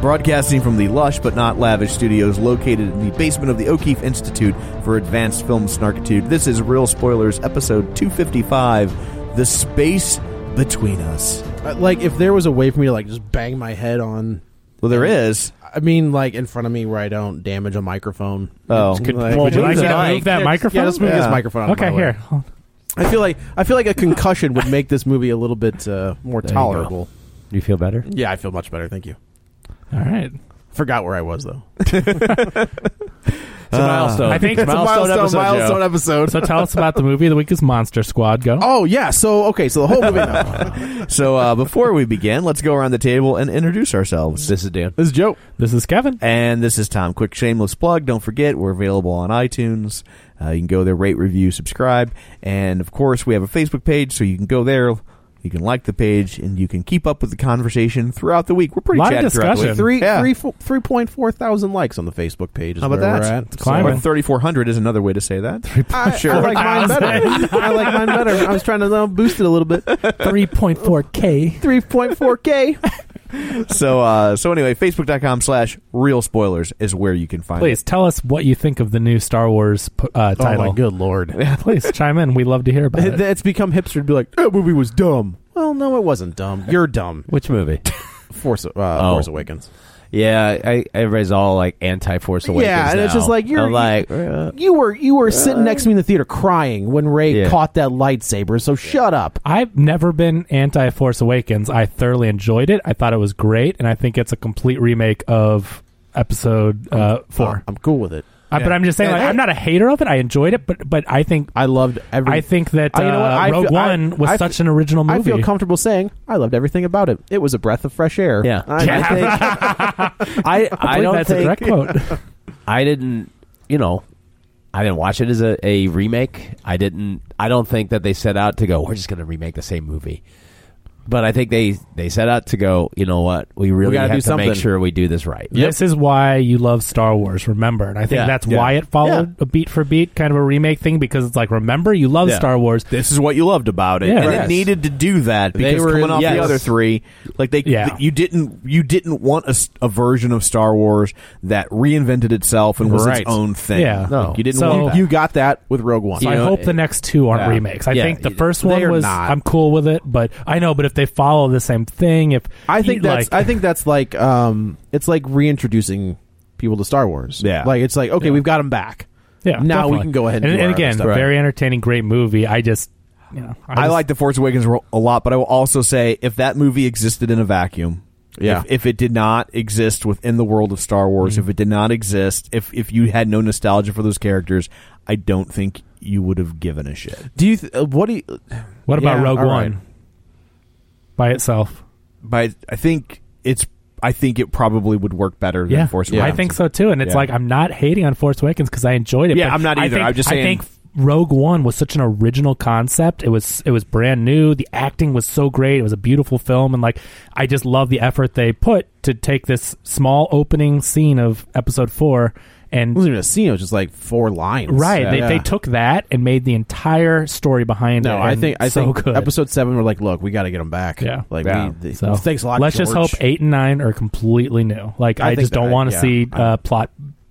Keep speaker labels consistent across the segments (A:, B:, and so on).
A: Broadcasting from the lush but not lavish studios located in the basement of the O'Keefe Institute for Advanced Film Snarkitude, this is Real Spoilers, episode 255 The Space Between Us.
B: Uh, Like if there was a way for me to like just bang my head on,
A: Well, there is.
B: I mean, like in front of me where I don't damage a microphone.
A: Oh.
B: Like,
A: Could-
B: like,
A: would you
B: move
A: like
B: that-
A: to move
B: yeah,
C: that
B: yeah,
C: microphone?
B: Yeah, let's move
A: Yeah.
B: this microphone. Out of
C: Okay,
B: my way.
C: here. Hold on.
B: I feel like I feel like a concussion would make this movie a little bit uh, more
D: you go.
B: tolerable.
D: You feel better?
B: Yeah, I feel much better. Thank you.
C: All right.
B: Forgot where I was though.
D: It's a milestone.
C: I think
D: it's a milestone, episode.
B: milestone
D: Joe.
B: episode.
C: So tell us about the movie of the week is Monster Squad. Go.
B: oh yeah. So okay. So the whole movie. now.
A: So uh, before we begin, let's go around the table and introduce ourselves.
D: This is Dan.
B: This is Joe.
C: This is Kevin.
A: And this is Tom. Quick shameless plug. Don't forget, we're available on iTunes. Uh, you can go there, rate, review, subscribe. And of course, we have a Facebook page, so you can go there. You can like the page, and you can keep up with the conversation throughout the week. We're pretty
C: Lot of
A: chatty throughout the
C: discussion.
A: week.
B: Three
A: Yeah.
B: three fo- three point four thousand likes on the Facebook page. Is
A: How about
B: where
A: that?
B: We're at.
C: It's climbing.
A: Or 3,400 is another way to say that.
B: I,
A: Sure.
B: I like mine better. I like mine better. I was trying to uh, boost it a little bit.
C: 3.4K.
B: 3.4K.
A: so, uh, so anyway, facebook.com slash real spoilers is where you can find
C: Please tell us what you think of the new Star Wars
B: Oh,
C: p- uh, title.
B: good lord.
C: Please chime in. We'd love to hear about it.
B: It's become hipster to be like, that movie was dumb. Well, no, it wasn't dumb. You're dumb.
D: Which movie?
B: Force, uh,
D: Oh.
B: Force Awakens.
D: yeah, I, everybody's all like anti Force Awakens.
B: yeah, and it's
D: now.
B: just like you're
D: I'm like,
B: you-
D: uh,
B: you were you were sitting next to me in the theater crying when Ray
D: Yeah.
B: caught that lightsaber. So shut up.
C: I've never been anti Force Awakens. I thoroughly enjoyed it. I thought it was great, and I think it's a complete remake of episode uh, four.
B: I'm cool with it.
C: I- but I'm just saying, like, I'm not a hater of it. I enjoyed it, but but I think
B: I loved every.
C: I think that uh,
B: I- you know what? I
C: Rogue
B: feel- I-
C: One was
B: I feel-
C: such an original movie.
B: I feel comfortable saying I loved everything about it. It was a breath of fresh air.
D: Yeah.
B: I, I think
C: I
D: I, I
C: believe
D: don't
C: that's
D: think
C: a direct quote.
D: I didn't, you know, I didn't watch it as a, a remake. I didn't. I don't think that they set out to go. We're just going to remake the same movie. But I think they they set out to go. You know what? We really
B: gotta
D: have
B: do
D: to make
B: something.
D: sure we do this right.
C: This is why you love Star Wars. Remember, and I think
D: Yeah,
C: that's
D: yeah.
C: why it followed a beat for beat kind of a remake thing because it's like, remember, you love
D: Yeah.
C: Star Wars.
A: this is what you loved about it,
C: Yeah,
A: and
C: right.
A: it needed to do that
D: They
A: because
D: were
A: coming
D: in-
A: off
D: yes.
A: the other three, like they,
C: Yeah.
A: th- you didn't, you didn't want a, s- a version of Star Wars that reinvented itself and was
B: Right.
A: its own thing.
C: Yeah.
A: Like,
C: No.
A: you didn't
C: So-
A: want that.
B: you got that with Rogue One.
C: So I
D: know,
C: hope the next two aren't
D: yeah.
C: remakes. I
D: Yeah,
C: think the
D: it-
C: first
B: they
C: one
B: are
C: was
B: not.
C: I'm cool with it, but I know. But if they follow the same thing, if
B: I think
C: you-
B: that's
C: like,
B: I think that's like um it's like reintroducing people to Star Wars.
A: Yeah.
B: Like it's like okay, we've got them back.
C: yeah,
B: now we
C: definitely.
B: can go ahead and
C: and,
B: do our
C: again,
B: stuff.
A: Right.
C: very entertaining, great movie. I just you know
A: I
C: just-
A: like the Force Awakens ro- a lot, but I will also say if that movie existed in a vacuum,
B: Yeah.
A: if, if it did not exist within the world of Star Wars,
C: Mm-hmm.
A: if it did not exist, if if you had no nostalgia for those characters, I don't think you would have given a shit.
B: Do you th- uh, what do you
C: What about
B: Yeah,
C: Rogue
B: all
C: One
B: right.
C: by itself?
A: But I think it's I think it probably would work better than
C: Yeah,
A: Force
C: I
A: Awakens.
C: think so too. And it's
A: Yeah.
C: like I'm not hating on Force Awakens because I enjoyed it.
A: Yeah,
C: but
A: I'm not
C: I
A: either.
C: think-
A: I'm just
C: I
A: saying-
C: think Rogue One was such an original concept. It was it was brand new. The acting was so great. It was a beautiful film, and like I just love the effort they put to take this small opening scene of Episode Four and
B: it wasn't even a scene. It was just like four lines.
C: Right.
B: Yeah,
C: they,
B: yeah.
C: they took that and made the entire story behind it.
B: No, I
C: and
B: think I
C: so
B: think
C: good.
B: episode seven. We're like, look, we got to get them back.
C: Yeah.
B: like
C: Yeah.
B: We, th-
C: So,
B: thanks a lot.
C: Let's just
B: George.
C: hope eight and nine are completely new. Like I,
B: I think
C: just don't
B: that-
C: want to
B: yeah.
C: see
B: I-
C: uh, plot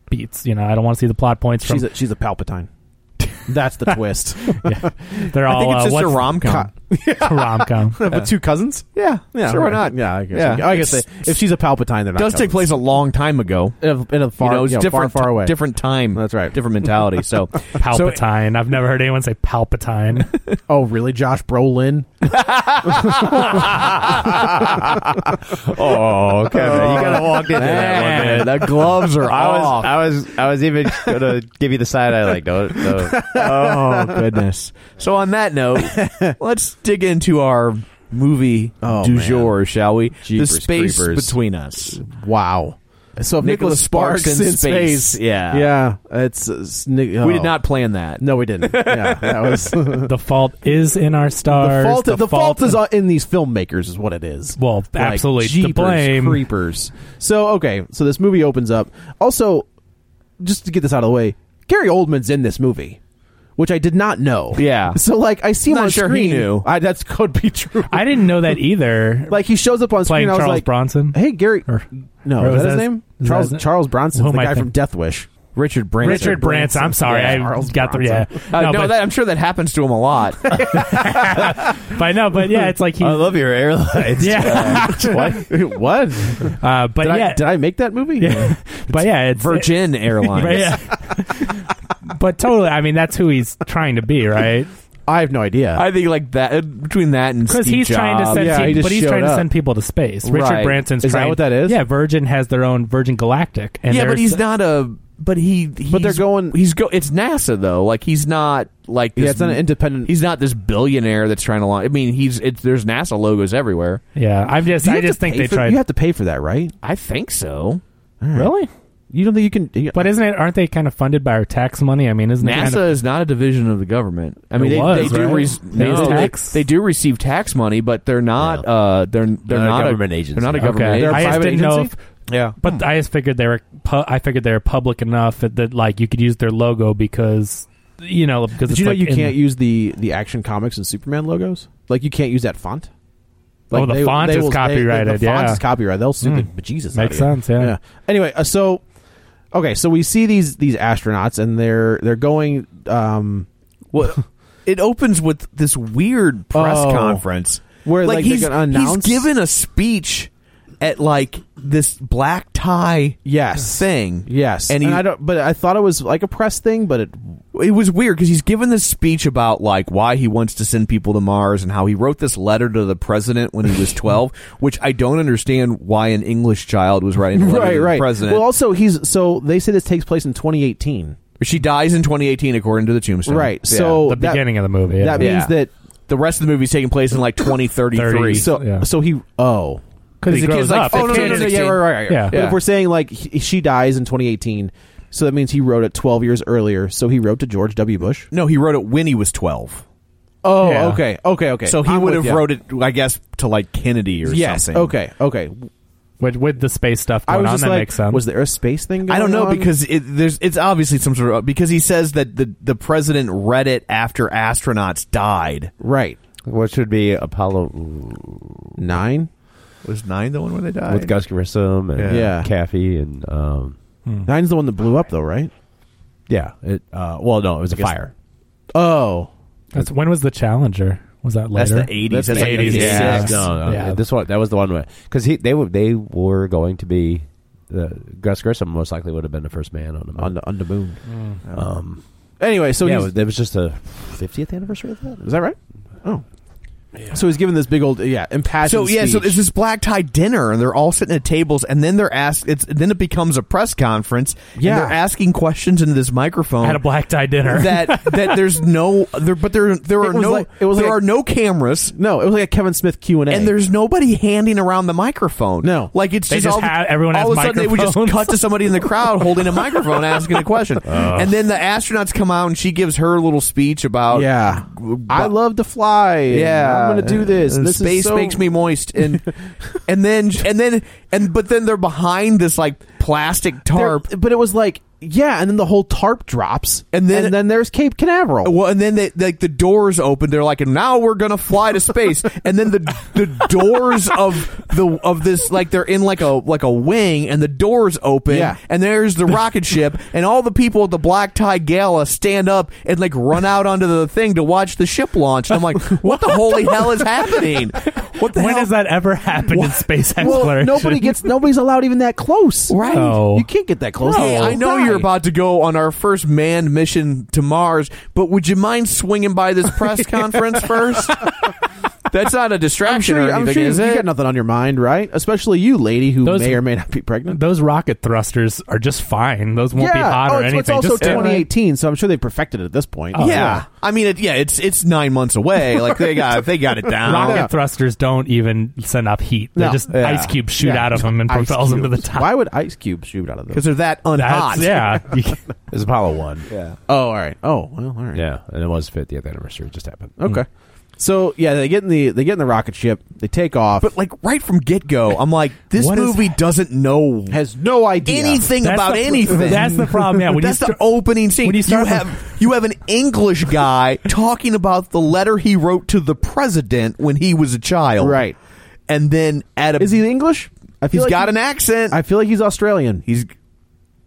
C: beats. You know, I don't want to see the plot points. From,
B: She's a, she's a Palpatine. That's the twist.
C: yeah. They're all
B: I think it's
C: uh,
B: just
C: what's-
B: a rom com.
C: rom com.
A: But two cousins? Yeah. Yeah. Sure, why not?
B: Yeah, I guess.
A: Yeah.
B: I guess they, if she's a Palpatine, they're
A: It
B: not.
A: does take
B: cousins.
A: place a long time ago.
B: in a, in a far,
A: you know, it's
B: yeah,
A: different,
B: far, far away.
A: different time. That's right. Different mentality. So,
C: Palpatine. I've never heard anyone say Palpatine.
B: Oh, really, Josh Brolin?
D: Oh, Kevin, you gotta walk into
A: Man,
D: that one. Man.
A: the gloves are
D: I
A: off.
D: was, I was, I was even gonna give you the side eye, like, no, no.
A: oh goodness. So on that note, let's dig into our movie
B: Oh,
A: du
B: man.
A: jour, shall we?
D: Jeepers
A: the space
D: creepers.
A: between us.
B: Wow. So
A: Nicholas
B: if Nicholas Sparks,
A: Sparks in
B: in space.
A: space. Yeah.
B: yeah. It's uh, s- Nic-
A: We
B: oh.
A: did not plan that.
B: No, we didn't. Yeah, that was the
C: the fault is in our stars.
B: fault. The, fault is on- in these filmmakers, is what it is.
C: well,
B: Like,
C: absolutely to
B: jeepers,
C: blame.
B: creepers. So okay, so this movie opens up. Also, just to get this out of the way, Gary Oldman's in this movie, which I did not know.
A: Yeah.
B: So like, I see him
A: Not
B: on
A: sure he
B: screen.
A: knew.
B: I, that could be true.
C: I didn't know that either.
B: like he shows up on
C: Playing
B: screen. I was
C: Charles
B: like,
C: Bronson?
B: Hey, Gary.
C: Or-
B: no,
C: or
B: is
C: was
B: that his
C: that-
B: name?
C: is
B: Charles
C: that his-
B: Charles Bronson,
C: Who
B: the
C: am I
B: guy from
C: thinking?
B: Death Wish.
A: Richard Branson.
C: Richard Branson. I'm sorry,
B: Yeah,
C: I
B: Charles
C: got the yeah.
B: Bronson.
A: Uh, no,
C: but,
A: that, I'm sure that happens to him a lot.
C: but no, but yeah, it's like he.
D: I love your airlines.
C: yeah,
B: what? what?
C: uh, but
B: Did,
C: yeah,
B: I, did I make that movie?
C: yeah. but yeah, it's
A: Virgin Airlines.
C: But, yeah. but totally, I mean, that's who he's trying to be, right?
B: I have no idea.
A: I think like that between that and
C: Because
A: Steve
C: he's trying to
A: Jobs.
C: send,
B: Yeah,
C: pe-
B: he just
C: but he's
B: showed
C: trying to
B: up.
C: send people to space. Richard
A: Right.
C: Branson's
B: Is that
C: trying-
B: what that is?
C: Yeah, Virgin has their own Virgin Galactic, and
A: yeah, but
C: there's-
A: he's not a. But he.
B: But they're
A: he's-
B: going-
A: He's go. It's NASA though. Like he's not like. This,
B: yeah, it's not an independent.
A: He's not this billionaire that's trying to launch. I mean, he's it's there's NASA logos everywhere.
C: Yeah, I'm just,
B: Do
C: I
B: you have to
C: just think
B: pay
C: they
B: for-
C: tried.
B: You have to pay for that, right?
A: I think so.
C: really?
B: You don't think you can? You,
C: But isn't it? Aren't they kind of funded by our tax money? I mean, isn't
A: NASA
C: It kind of,
A: is not a division of the government. I mean,
C: It
A: they,
C: was,
A: they do
C: right?
A: rec-
C: They
A: no, they,
C: tax?
A: they do receive tax money, but they're not.
D: Yeah.
A: Uh, they're they're,
D: not
A: not
D: a government agency.
A: They're not a
D: Okay.
A: government.
C: okay?
A: agency.
C: I just
B: private
C: didn't know. If,
B: agency? Hmm.
A: yeah,
C: but I just figured they were. Pu- I figured they were public enough that, that like you could use their logo because you know because
B: did
C: it's
B: you know
C: like
B: you
C: in-
B: can't use the the Action Comics and Superman logos? Like you can't use that font.
C: Oh, the font is
B: will-
C: copyrighted,
B: the font
C: yeah. Hmm.
B: is copyrighted. They'll sue the bejesus. out
C: Makes
B: of you.
C: sense, yeah.
B: Anyway, uh, so okay, so we see these these astronauts and they're they're going. Um,
A: Well, it opens with this weird press
B: Oh.
A: conference
B: Where, like, they're
A: he's,
B: gonna announce-
A: he's given a speech at like this black tie
B: Yes.
A: thing.
B: yes,
A: and,
B: and,
A: he,
B: I don't. But I thought it was like a press thing, but it
A: it was weird because he's given this speech about like why he wants to send people to Mars and how he wrote this letter to the president when he was twelve, which I don't understand why an English child was writing a letter to
B: right
A: the
B: right.
A: president.
B: Well, also he's so they say this takes place in 2018.
A: she dies in 2018 according to the tombstone.
B: Right.
A: Yeah.
B: So
C: the
B: that-
C: beginning of the movie. Yeah.
B: That means
A: Yeah.
B: that
A: the rest of the movie's taking place in like 2033.
C: Thirties.
B: so
C: Yeah.
B: so he oh
C: because
A: the
C: he
A: kid's
C: grows
A: like,
C: up.
A: "Oh,
C: the
A: no,
C: kid
A: no, no,
C: is
A: no, yeah,
C: 16.
A: right, right, right,
C: Yeah.
B: But if we're saying like he, she dies in 2018, so that means he wrote it 12 years earlier. So he wrote to George W. Bush.
A: No, he wrote it when he was 12.
B: Oh,
C: Yeah.
B: okay, okay, okay.
A: So he
B: I'm
A: would have
B: with ya.
A: wrote it, I guess, to like Kennedy or
B: Yes.
A: something.
B: Okay. Okay.
C: with, with the space stuff
B: I
C: going
B: was
C: on,
B: just
C: that
B: like,
C: makes sense.
B: was there a space thing? Going
A: I don't know
B: on?
A: because it, there's it's obviously some sort of because he says that the the president read it after astronauts died.
B: right
D: What should be Apollo
B: nine.
A: Was nine the one where they died?
D: with Gus Grissom and
B: Yeah.
D: Caffey and um,
B: Nine's the one that blew up though, right?
D: yeah. It, uh, well, no, it was a fire.
B: Oh,
C: That's when was the Challenger? Was that
A: That's
C: later?
A: the eighties.
B: That's the 80s.
D: Yeah,
B: Yes.
D: no, no,
C: Yeah.
D: This one, that was the one because he they were they were going to be uh, Gus Grissom most likely would have been the first man on the moon.
B: on the on the moon.
D: um,
B: Anyway, so
D: yeah, it
B: he's,
D: was, it was just a 50th anniversary of that.
B: is that right? Oh, So he's given this big old yeah impassioned.
A: So yeah, so
B: speech.
A: it's this black tie dinner, and they're all sitting at tables, and then they're asked. It's then it becomes a press conference.
B: Yeah.
A: and they're asking questions into this microphone
C: At a black tie dinner.
A: That that there's no there, but there there
B: It
A: are
B: was
A: no
B: like- it was
A: there
B: like a-
A: are no cameras.
B: No, it was like a Kevin Smith Q and A,
A: and there's nobody handing around the microphone.
B: No.
A: like it's
C: They
A: just,
C: just
A: all,
C: have- everyone
A: all
C: has
A: of a sudden they would just
C: microphones.
A: cut to somebody in the crowd holding a microphone asking a question,
B: Oh.
A: and then the astronauts come out and she gives her little speech about
B: yeah. Oh, I
A: about-
B: love to fly. and
A: yeah,
B: I'm gonna do this.
A: And
B: and this is
A: space
B: so-
A: makes me moist, and and then and then and but then they're behind this like plastic
B: There-
A: tarp.
B: But it was like yeah, and then the whole tarp drops,
A: And then- Oh,
B: and then there's Cape Canaveral.
A: Well, and then they like the doors open. They're like, and now we're gonna fly to space. and then the the doors of the of this like they're in like a like a wing, and the doors open.
B: Yeah.
A: And there's the rocket ship, and all the people at the black tie gala stand up and like run out onto the thing to watch the ship launch. And I'm like, what the holy hell is happening? What the
C: when
A: hell?
C: has that ever happened in space
B: Well,
C: exploration?
B: nobody gets nobody's allowed even that close.
A: Right.
C: No.
B: You can't get that close.
A: Hey,
B: They'll
A: I know
B: die.
A: you're about to go on our first manned mission to Mars, but would you mind swinging by this press conference first? That's not a
B: I'm
A: distraction
B: sure,
A: or
B: you, I'm
A: anything,
B: sure you,
A: is
B: you
A: it?
B: got nothing on your mind, right? Especially you, lady, who
C: Those-
B: may or may not be pregnant.
C: Those rocket thrusters are just fine. Those won't be
B: Yeah.
C: hot
B: Oh,
C: or
B: it's,
C: anything.
B: It's also
C: just
B: 2018, so I'm sure they've perfected it at this point.
A: yeah. I mean, it, yeah, it's it's nine months away. Like they got they got it down.
C: Rocket
B: Yeah.
C: thrusters don't even send up heat. They
B: No.
C: just
A: Yeah.
C: ice cubes shoot
B: Yeah.
C: out of them and
B: Ice
C: propels them to the
B: cubes.
C: top.
B: Why would Ice Cube shoot out of
A: because
B: this?
A: they're that unhot.
C: That's, yeah. You-
D: It's Apollo one.
A: yeah.
B: Oh, all right. Oh, well, all right.
D: Yeah, and it was 50th anniversary. It just happened.
B: Okay. So yeah, they get in the they get in the rocket ship. They take off.
A: But like right from get go, I'm like, this
C: What is
A: movie doesn't know
B: has no idea
A: anything
C: That's
A: about
C: the-
A: anything.
C: that's the problem, yeah, when
A: that's
C: you
A: the
C: start-
A: opening scene.
C: when you start
A: have
C: from-
A: you have an English guy talking about the letter he wrote to the president when he was a child,
B: Right.
A: And then at a
B: Is he English? I
A: he's
B: like
A: got
B: he-
A: an accent.
B: I feel like he's Australian.
A: he's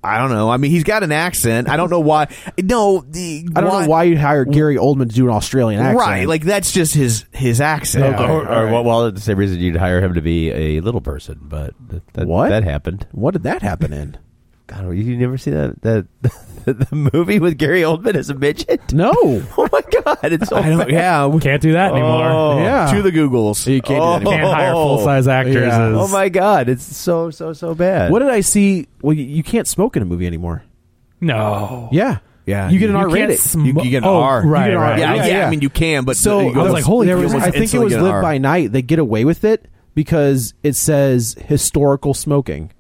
A: I don't know. I mean, he's got an accent. I don't know why. No, the,
B: I don't know why you'd hire Gary Oldman to do an Australian accent.
A: Right, like that's just his his accent.
B: Okay.
D: Or, or, well, well, the same reason you'd hire him to be a little person, but that, that,
B: What?
D: that happened.
B: what did that happen in?
D: God, you never see that that the movie with Gary Oldman as a midget?
B: No.
D: Oh my God, it's so
A: I don't.
D: bad.
A: Yeah, we-
C: Can't do that anymore.
D: Oh.
B: Yeah.
A: To the Googles. Oh.
B: You can't do that anymore.
C: Can't hire full size actors.
B: Yeah.
C: as-
D: Oh my God, it's so so so bad.
B: What did I see? Well, you, you can't smoke in a movie anymore.
C: No.
B: Yeah,
A: Yeah,
B: You get an
A: you
B: R
A: can't
B: rated.
C: sm-
A: You- you get an
C: oh,
A: R.
C: Right,
B: You get an
C: right.
B: R.
A: Yeah, yeah,
B: Yeah, yeah.
A: I mean, you can, but
B: so
A: you go-
B: I was
C: like, holy
B: there
C: cow,
B: was-
C: you
B: I think it
A: instantly
B: was
A: get an
B: Live
A: R.
B: by Night. They get away with it because it says historical smoking.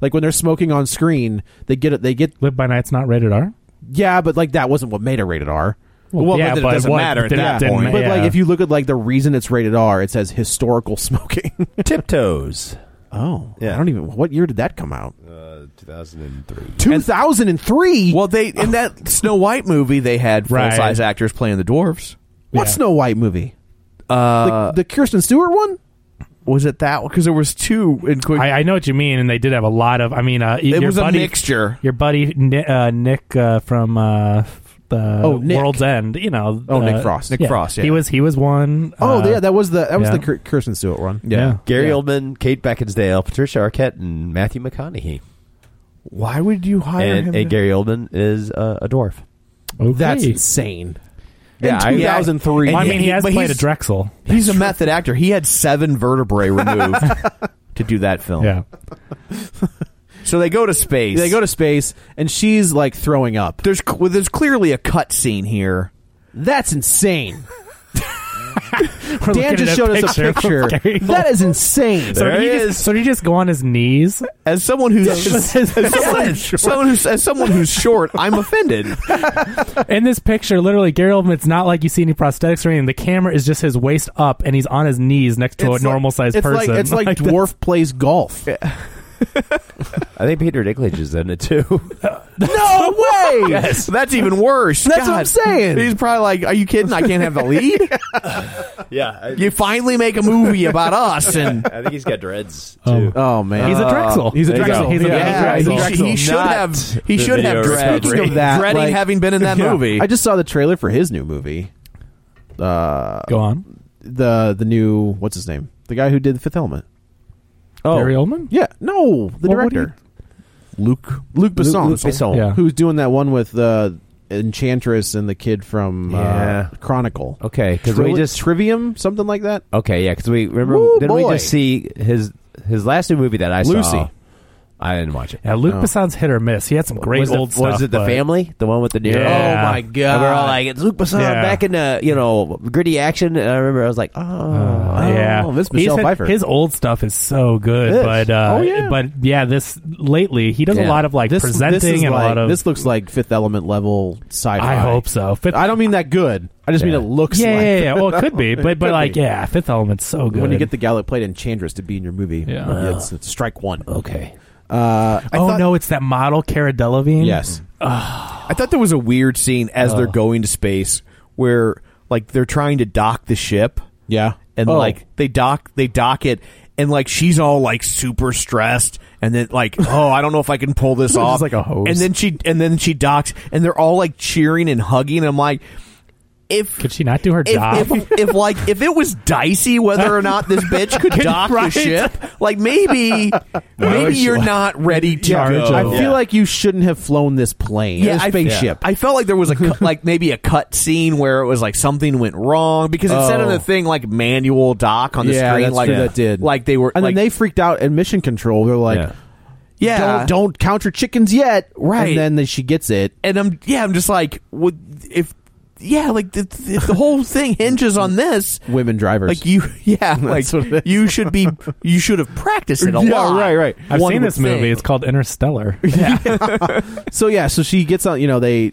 B: Like when they're smoking on screen, they get it. They get
C: Live by Night's not rated R.
B: yeah, but like that wasn't what made it rated R.
A: Well,
C: yeah,
A: but it
C: but
A: doesn't
C: what-
A: matter at
C: didn't-
A: that
C: didn't-
A: point.
B: But like
C: yeah.
B: if you look at like the reason it's rated R, it says historical smoking.
D: Tiptoes?
B: oh,
D: Yeah.
B: I don't even. What year did that come out?
D: Uh, 2003.
B: Two thousand and three.
A: Well, they in that Snow White movie, they had full
C: Right.
A: size actors playing the dwarves.
B: what
C: yeah.
B: Snow White movie?
A: Uh,
B: The, the Kirsten Stewart one.
A: was it that one? Because there was two in quick.
C: I, I know what you mean, and they did have a lot of. I mean, uh,
A: it
C: your
A: was
C: buddy,
A: a mixture.
C: Your buddy Ni- uh, Nick uh, from uh, the
B: Oh, Nick.
C: World's End. You know.
B: Oh,
C: uh,
B: Nick Frost.
A: Nick Frost, yeah.
C: He was. He was one.
B: Oh
C: uh,
B: yeah, that was the that was
C: yeah.
B: the Kir- Kirsten Stewart one.
C: Yeah.
D: Gary
B: Yeah.
D: Oldman, Kate Beckinsdale, Patricia Arquette, and Matthew McConaughey.
A: Why would you hire
D: And,
A: him?
D: and Gary Oldman is uh, a dwarf.
C: okay.
B: That's insane.
D: Yeah, I-
B: in 2003.
C: Well, I mean, he has
A: but
C: played a
A: he's-
C: Drexel.
A: He's a method actor. He had seven vertebrae removed to do that film.
C: Yeah.
A: So they go to space.
B: they go to space and she's like throwing up.
A: There's cl- well, there's clearly a cut scene here.
B: That's insane.
C: We're
B: Dan
C: looking
B: just
C: at
B: showed us a picture.
C: of Gary
B: That is insane.
C: So did, he
D: it
C: just,
D: is.
C: so did he just go on his knees?
A: As someone who's as someone,
C: Short.
A: someone who's as someone who's short, I'm offended.
C: In this picture, literally, Gary Oldman, it's not like you see any prosthetics or anything. The camera is just his waist up, and he's on his knees next to a normal sized
B: it's
C: person.
B: Like, it's like,
C: that.
B: dwarf plays golf.
D: I think Peter Dinklage is in it too.
B: No way.
A: That's even worse.
B: That's what I'm saying.
A: He's probably like, "Are you kidding? I can't have the lead."
D: yeah, I,
A: you finally make a movie about us, and
D: I think he's got dreads too.
C: Oh.
B: Oh man,
C: He's a Drexel.
B: He's a
C: There you
B: Drexel.
C: go. He's a-
A: yeah,
C: he's a
A: he,
C: Drexel.
A: he should
D: Not
A: have. He
D: the
A: should
D: video
A: have dread.
D: recovery.
B: Speaking of that,
A: dreading
B: like-
A: having been in that
B: Yeah.
A: movie.
B: I just saw the trailer for his new movie. Uh,
C: Go on.
B: the the new what's his name? The guy who did the Fifth Element.
C: Oh. Gary Oldman?
B: Yeah, no, the
C: Well, what do
B: director
A: Luke
B: Luke Besson.
D: Luke Besson.
C: Yeah.
B: who's doing that one with uh,
D: Enchantress and the kid from
B: Yeah.
D: uh, Chronicle.
B: Okay, because we
D: Trili-
B: just
D: Trivium, something like that.
B: okay, yeah, because we remember
D: Woo,
B: didn't we
D: boy.
B: just see his his last new movie that I saw?
C: Lucy.
B: I didn't watch it. Oh.
C: Yeah, Luke Besson's hit or miss. He had some great
B: was
C: old
B: the,
C: stuff.
B: Was it the
C: but-
B: family? The one with the new?
C: Yeah.
B: Oh my god! And we're all like, it's Luke Besson
C: Yeah.
B: back in the you know gritty action. And I remember I was like, oh,
C: Uh, yeah,
B: oh, this
C: He's
B: Michelle
C: hit-
B: Pfeiffer.
C: His old stuff is so good,
B: This.
C: but uh,
B: Oh, yeah.
C: but yeah, this lately he does a
D: Yeah.
C: lot of like
D: This-
C: presenting
D: this is
C: and
D: like-
C: a lot of
D: this looks like Fifth Element level sci-fi.
C: I hope so.
D: I don't mean that good. I just mean
C: Yeah.
D: it looks.
C: Yeah,
D: like
C: yeah, yeah. Well, it could be, but- but like, yeah, Fifth Element's so
D: When you
C: good.
D: get the gal that played Enchantress to be in your movie, Uh,
C: Yeah.
D: it's, it's strike one.
B: Okay.
D: Uh, I
C: oh
D: thought-
C: no, it's that model Cara Delevingne.
D: Yes.
A: I thought there was a weird scene as
C: Oh.
A: they're going to space where like they're trying to dock the ship.
D: Yeah.
A: And
D: Oh.
A: like they dock they dock it and like she's all like super stressed and then like oh I don't know if I can pull this
D: It's
A: off
D: like a hose.
A: and then she and then she docks and they're all like cheering and hugging and I'm like if
C: could she not do her job?
A: if, if, if like if it was dicey whether or not this bitch could dock
C: Right.
A: the ship like maybe maybe you're not ready to
D: Yeah,
A: go.
D: I feel like you shouldn't have flown this plane.
A: Yeah,
D: this
A: I-
D: spaceship.
A: I felt like there was a cut, like maybe a cut scene where it was like something went wrong because it said on the
D: Oh.
A: thing like manual dock on the
D: yeah,
A: screen
D: that's
A: like
D: true, that did.
A: like they were
D: and
A: like
D: then they freaked out in Mission Control. They're like,
B: Yeah.
A: yeah
D: don't, don't count your chickens yet,
A: Right.
D: And then the- she gets it.
A: and I'm yeah I'm just like would if yeah like the, the, the whole thing hinges on this
D: Women drivers.
A: like you yeah like
D: That's what it is.
A: you should be you should have practiced it a
D: Yeah,
A: lot
D: right, right.
C: I've
D: One
C: seen
D: would
C: this movie.
A: think.
C: It's called Interstellar.
D: so yeah, so she gets on. You know, they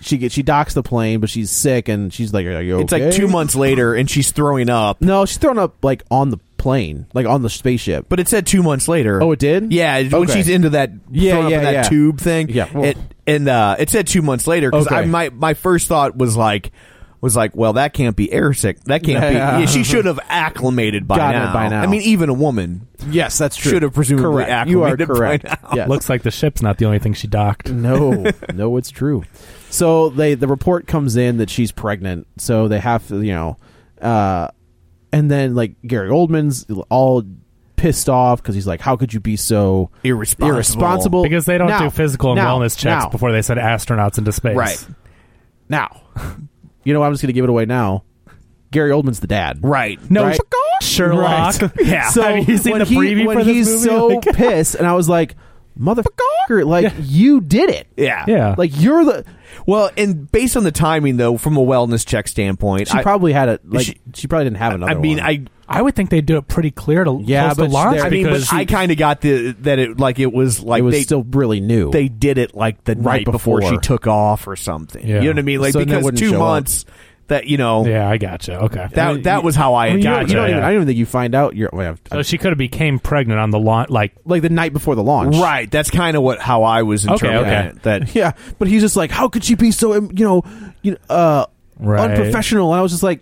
D: she gets she docks the plane, but she's sick and she's like, Are you
A: it's like
D: okay?
A: two months later and she's throwing up
D: No, she's thrown up like on the plane, like on the spaceship.
A: but it said two months later
D: Oh, it did?
A: Yeah, when
D: Okay.
A: she's into that,
D: Yeah,
A: thrown up in
D: yeah,
A: that
D: yeah.
A: tube thing.
D: Yeah.
A: it, and uh, it said two months later because
D: Okay.
A: I my my first thought was like was like, well, that can't be airsick. That can't
D: Yeah.
A: be. Yeah, she should have acclimated by
D: Got it
A: now.
D: by now.
A: I mean, even a woman
D: yes, that's true.
A: should have presumably
D: correct. You are
A: acclimated
D: correct.
A: by now.
D: Yes.
C: Looks like the ship's not the only thing she docked.
D: No, no, it's true. So they the report comes in that she's pregnant. So they have to, you know, uh, and then like Gary Oldman's all pissed off because he's like, "How could you be so
A: Irresponsible.
D: irresponsible?"
C: Because they don't
D: Now-
C: do physical and
D: now-
C: wellness checks
D: now,
C: before they send astronauts into space.
A: Right.
D: now. you know, what? I'm just going to give it away now. Gary Oldman's the dad,
A: Right.
C: No,
D: Right.
C: Sherlock.
D: Oh, Right.
C: Yeah.
D: So
C: Have you seen
D: when
C: the
D: he-
C: preview
D: when
C: for this
D: he's
C: movie?
D: so
C: Like-
D: pissed, and I was like, "Motherfucker! Like you did it!
A: Yeah.
C: Yeah.
D: Like you're the."
A: Well, and based on the timing though, from a wellness check standpoint,
D: She
A: I,
D: probably had it. Like
A: She-
D: she, probably didn't have another.
A: I mean,
D: one.
A: I
C: I would think they'd do it pretty clear to
D: Yeah,
C: close
D: but
C: to launch
D: they're-
A: I mean,
C: because
A: but I kind of got the that it like it was like
D: it was
A: they,
D: still really new.
A: they did it like the
D: Right
A: night before.
D: before.
A: she took off or something.
C: Yeah.
A: You know what I mean? Like
D: So then it
A: because
D: wouldn't
A: two
D: show up.
A: months that you know
C: yeah, I gotcha. Okay.
A: that that was how I,
D: I mean, you don't-
A: got
D: you don't
C: Gotcha,
D: even,
C: yeah.
D: I don't even think you find out. You're, well, I- I-
C: so she could have became pregnant on the launch. Like,
D: like the night before the launch,
A: right. That's kind of what how I was
C: Okay,
A: interpreting
C: okay.
A: it. That
D: Yeah, but he's just like, how could she be so um, you know, you know, uh,
C: Right.
D: unprofessional? And I was just like,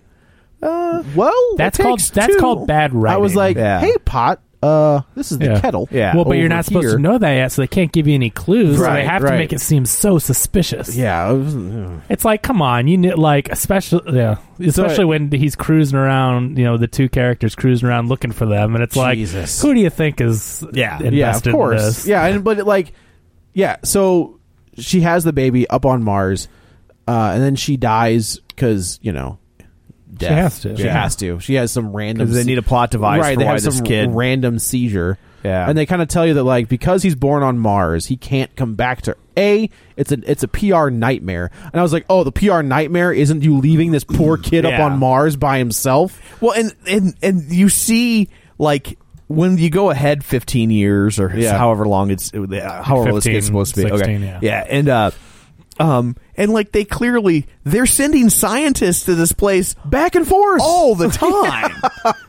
D: uh, well,
C: That's
D: it
C: called-
D: takes
C: that's
D: two.
C: called bad
D: I was
C: writing.
D: like,
A: Yeah.
D: hey, pot, uh, this is the
C: Yeah.
D: kettle.
C: well, but
D: over
C: you're not supposed
D: here.
C: to know that yet, so they can't give you any clues. so they
D: Right,
C: have to
D: right.
C: make it seem so suspicious.
D: Yeah, I was- yeah.
C: It's like, come on, you kn like, especially yeah, especially when he's cruising around. You know, the two characters cruising around looking for them, and it's
D: Jesus.
C: like, who do you think is
A: Yeah.
C: invested
D: yeah, of course,
C: in this?
D: yeah, and but like, yeah, so she has the baby up on Mars, uh, and then she dies because you know. Death.
C: has to.
D: She
C: Yeah.
D: has to. She has some random.
A: 'Cause they need a plot device
D: Right.
A: for
D: they
A: why
D: have
A: this
D: some
A: kid-
D: random seizure.
A: Yeah.
D: And they kind of tell you that like because he's born on Mars, he can't come back to a. It's a it's a PR nightmare. And I was like, oh, the PR nightmare isn't you leaving this poor kid up
A: Yeah.
D: on Mars by himself.
A: well, and and and you see like. When you go ahead 15 years or
D: Yeah.
A: however long it's uh, however this
C: 15,
A: kid's supposed to be,
C: 16,
A: okay,
C: yeah.
A: and uh, um, and like they clearly they're sending scientists to this place
D: Back and forth.
A: all the time.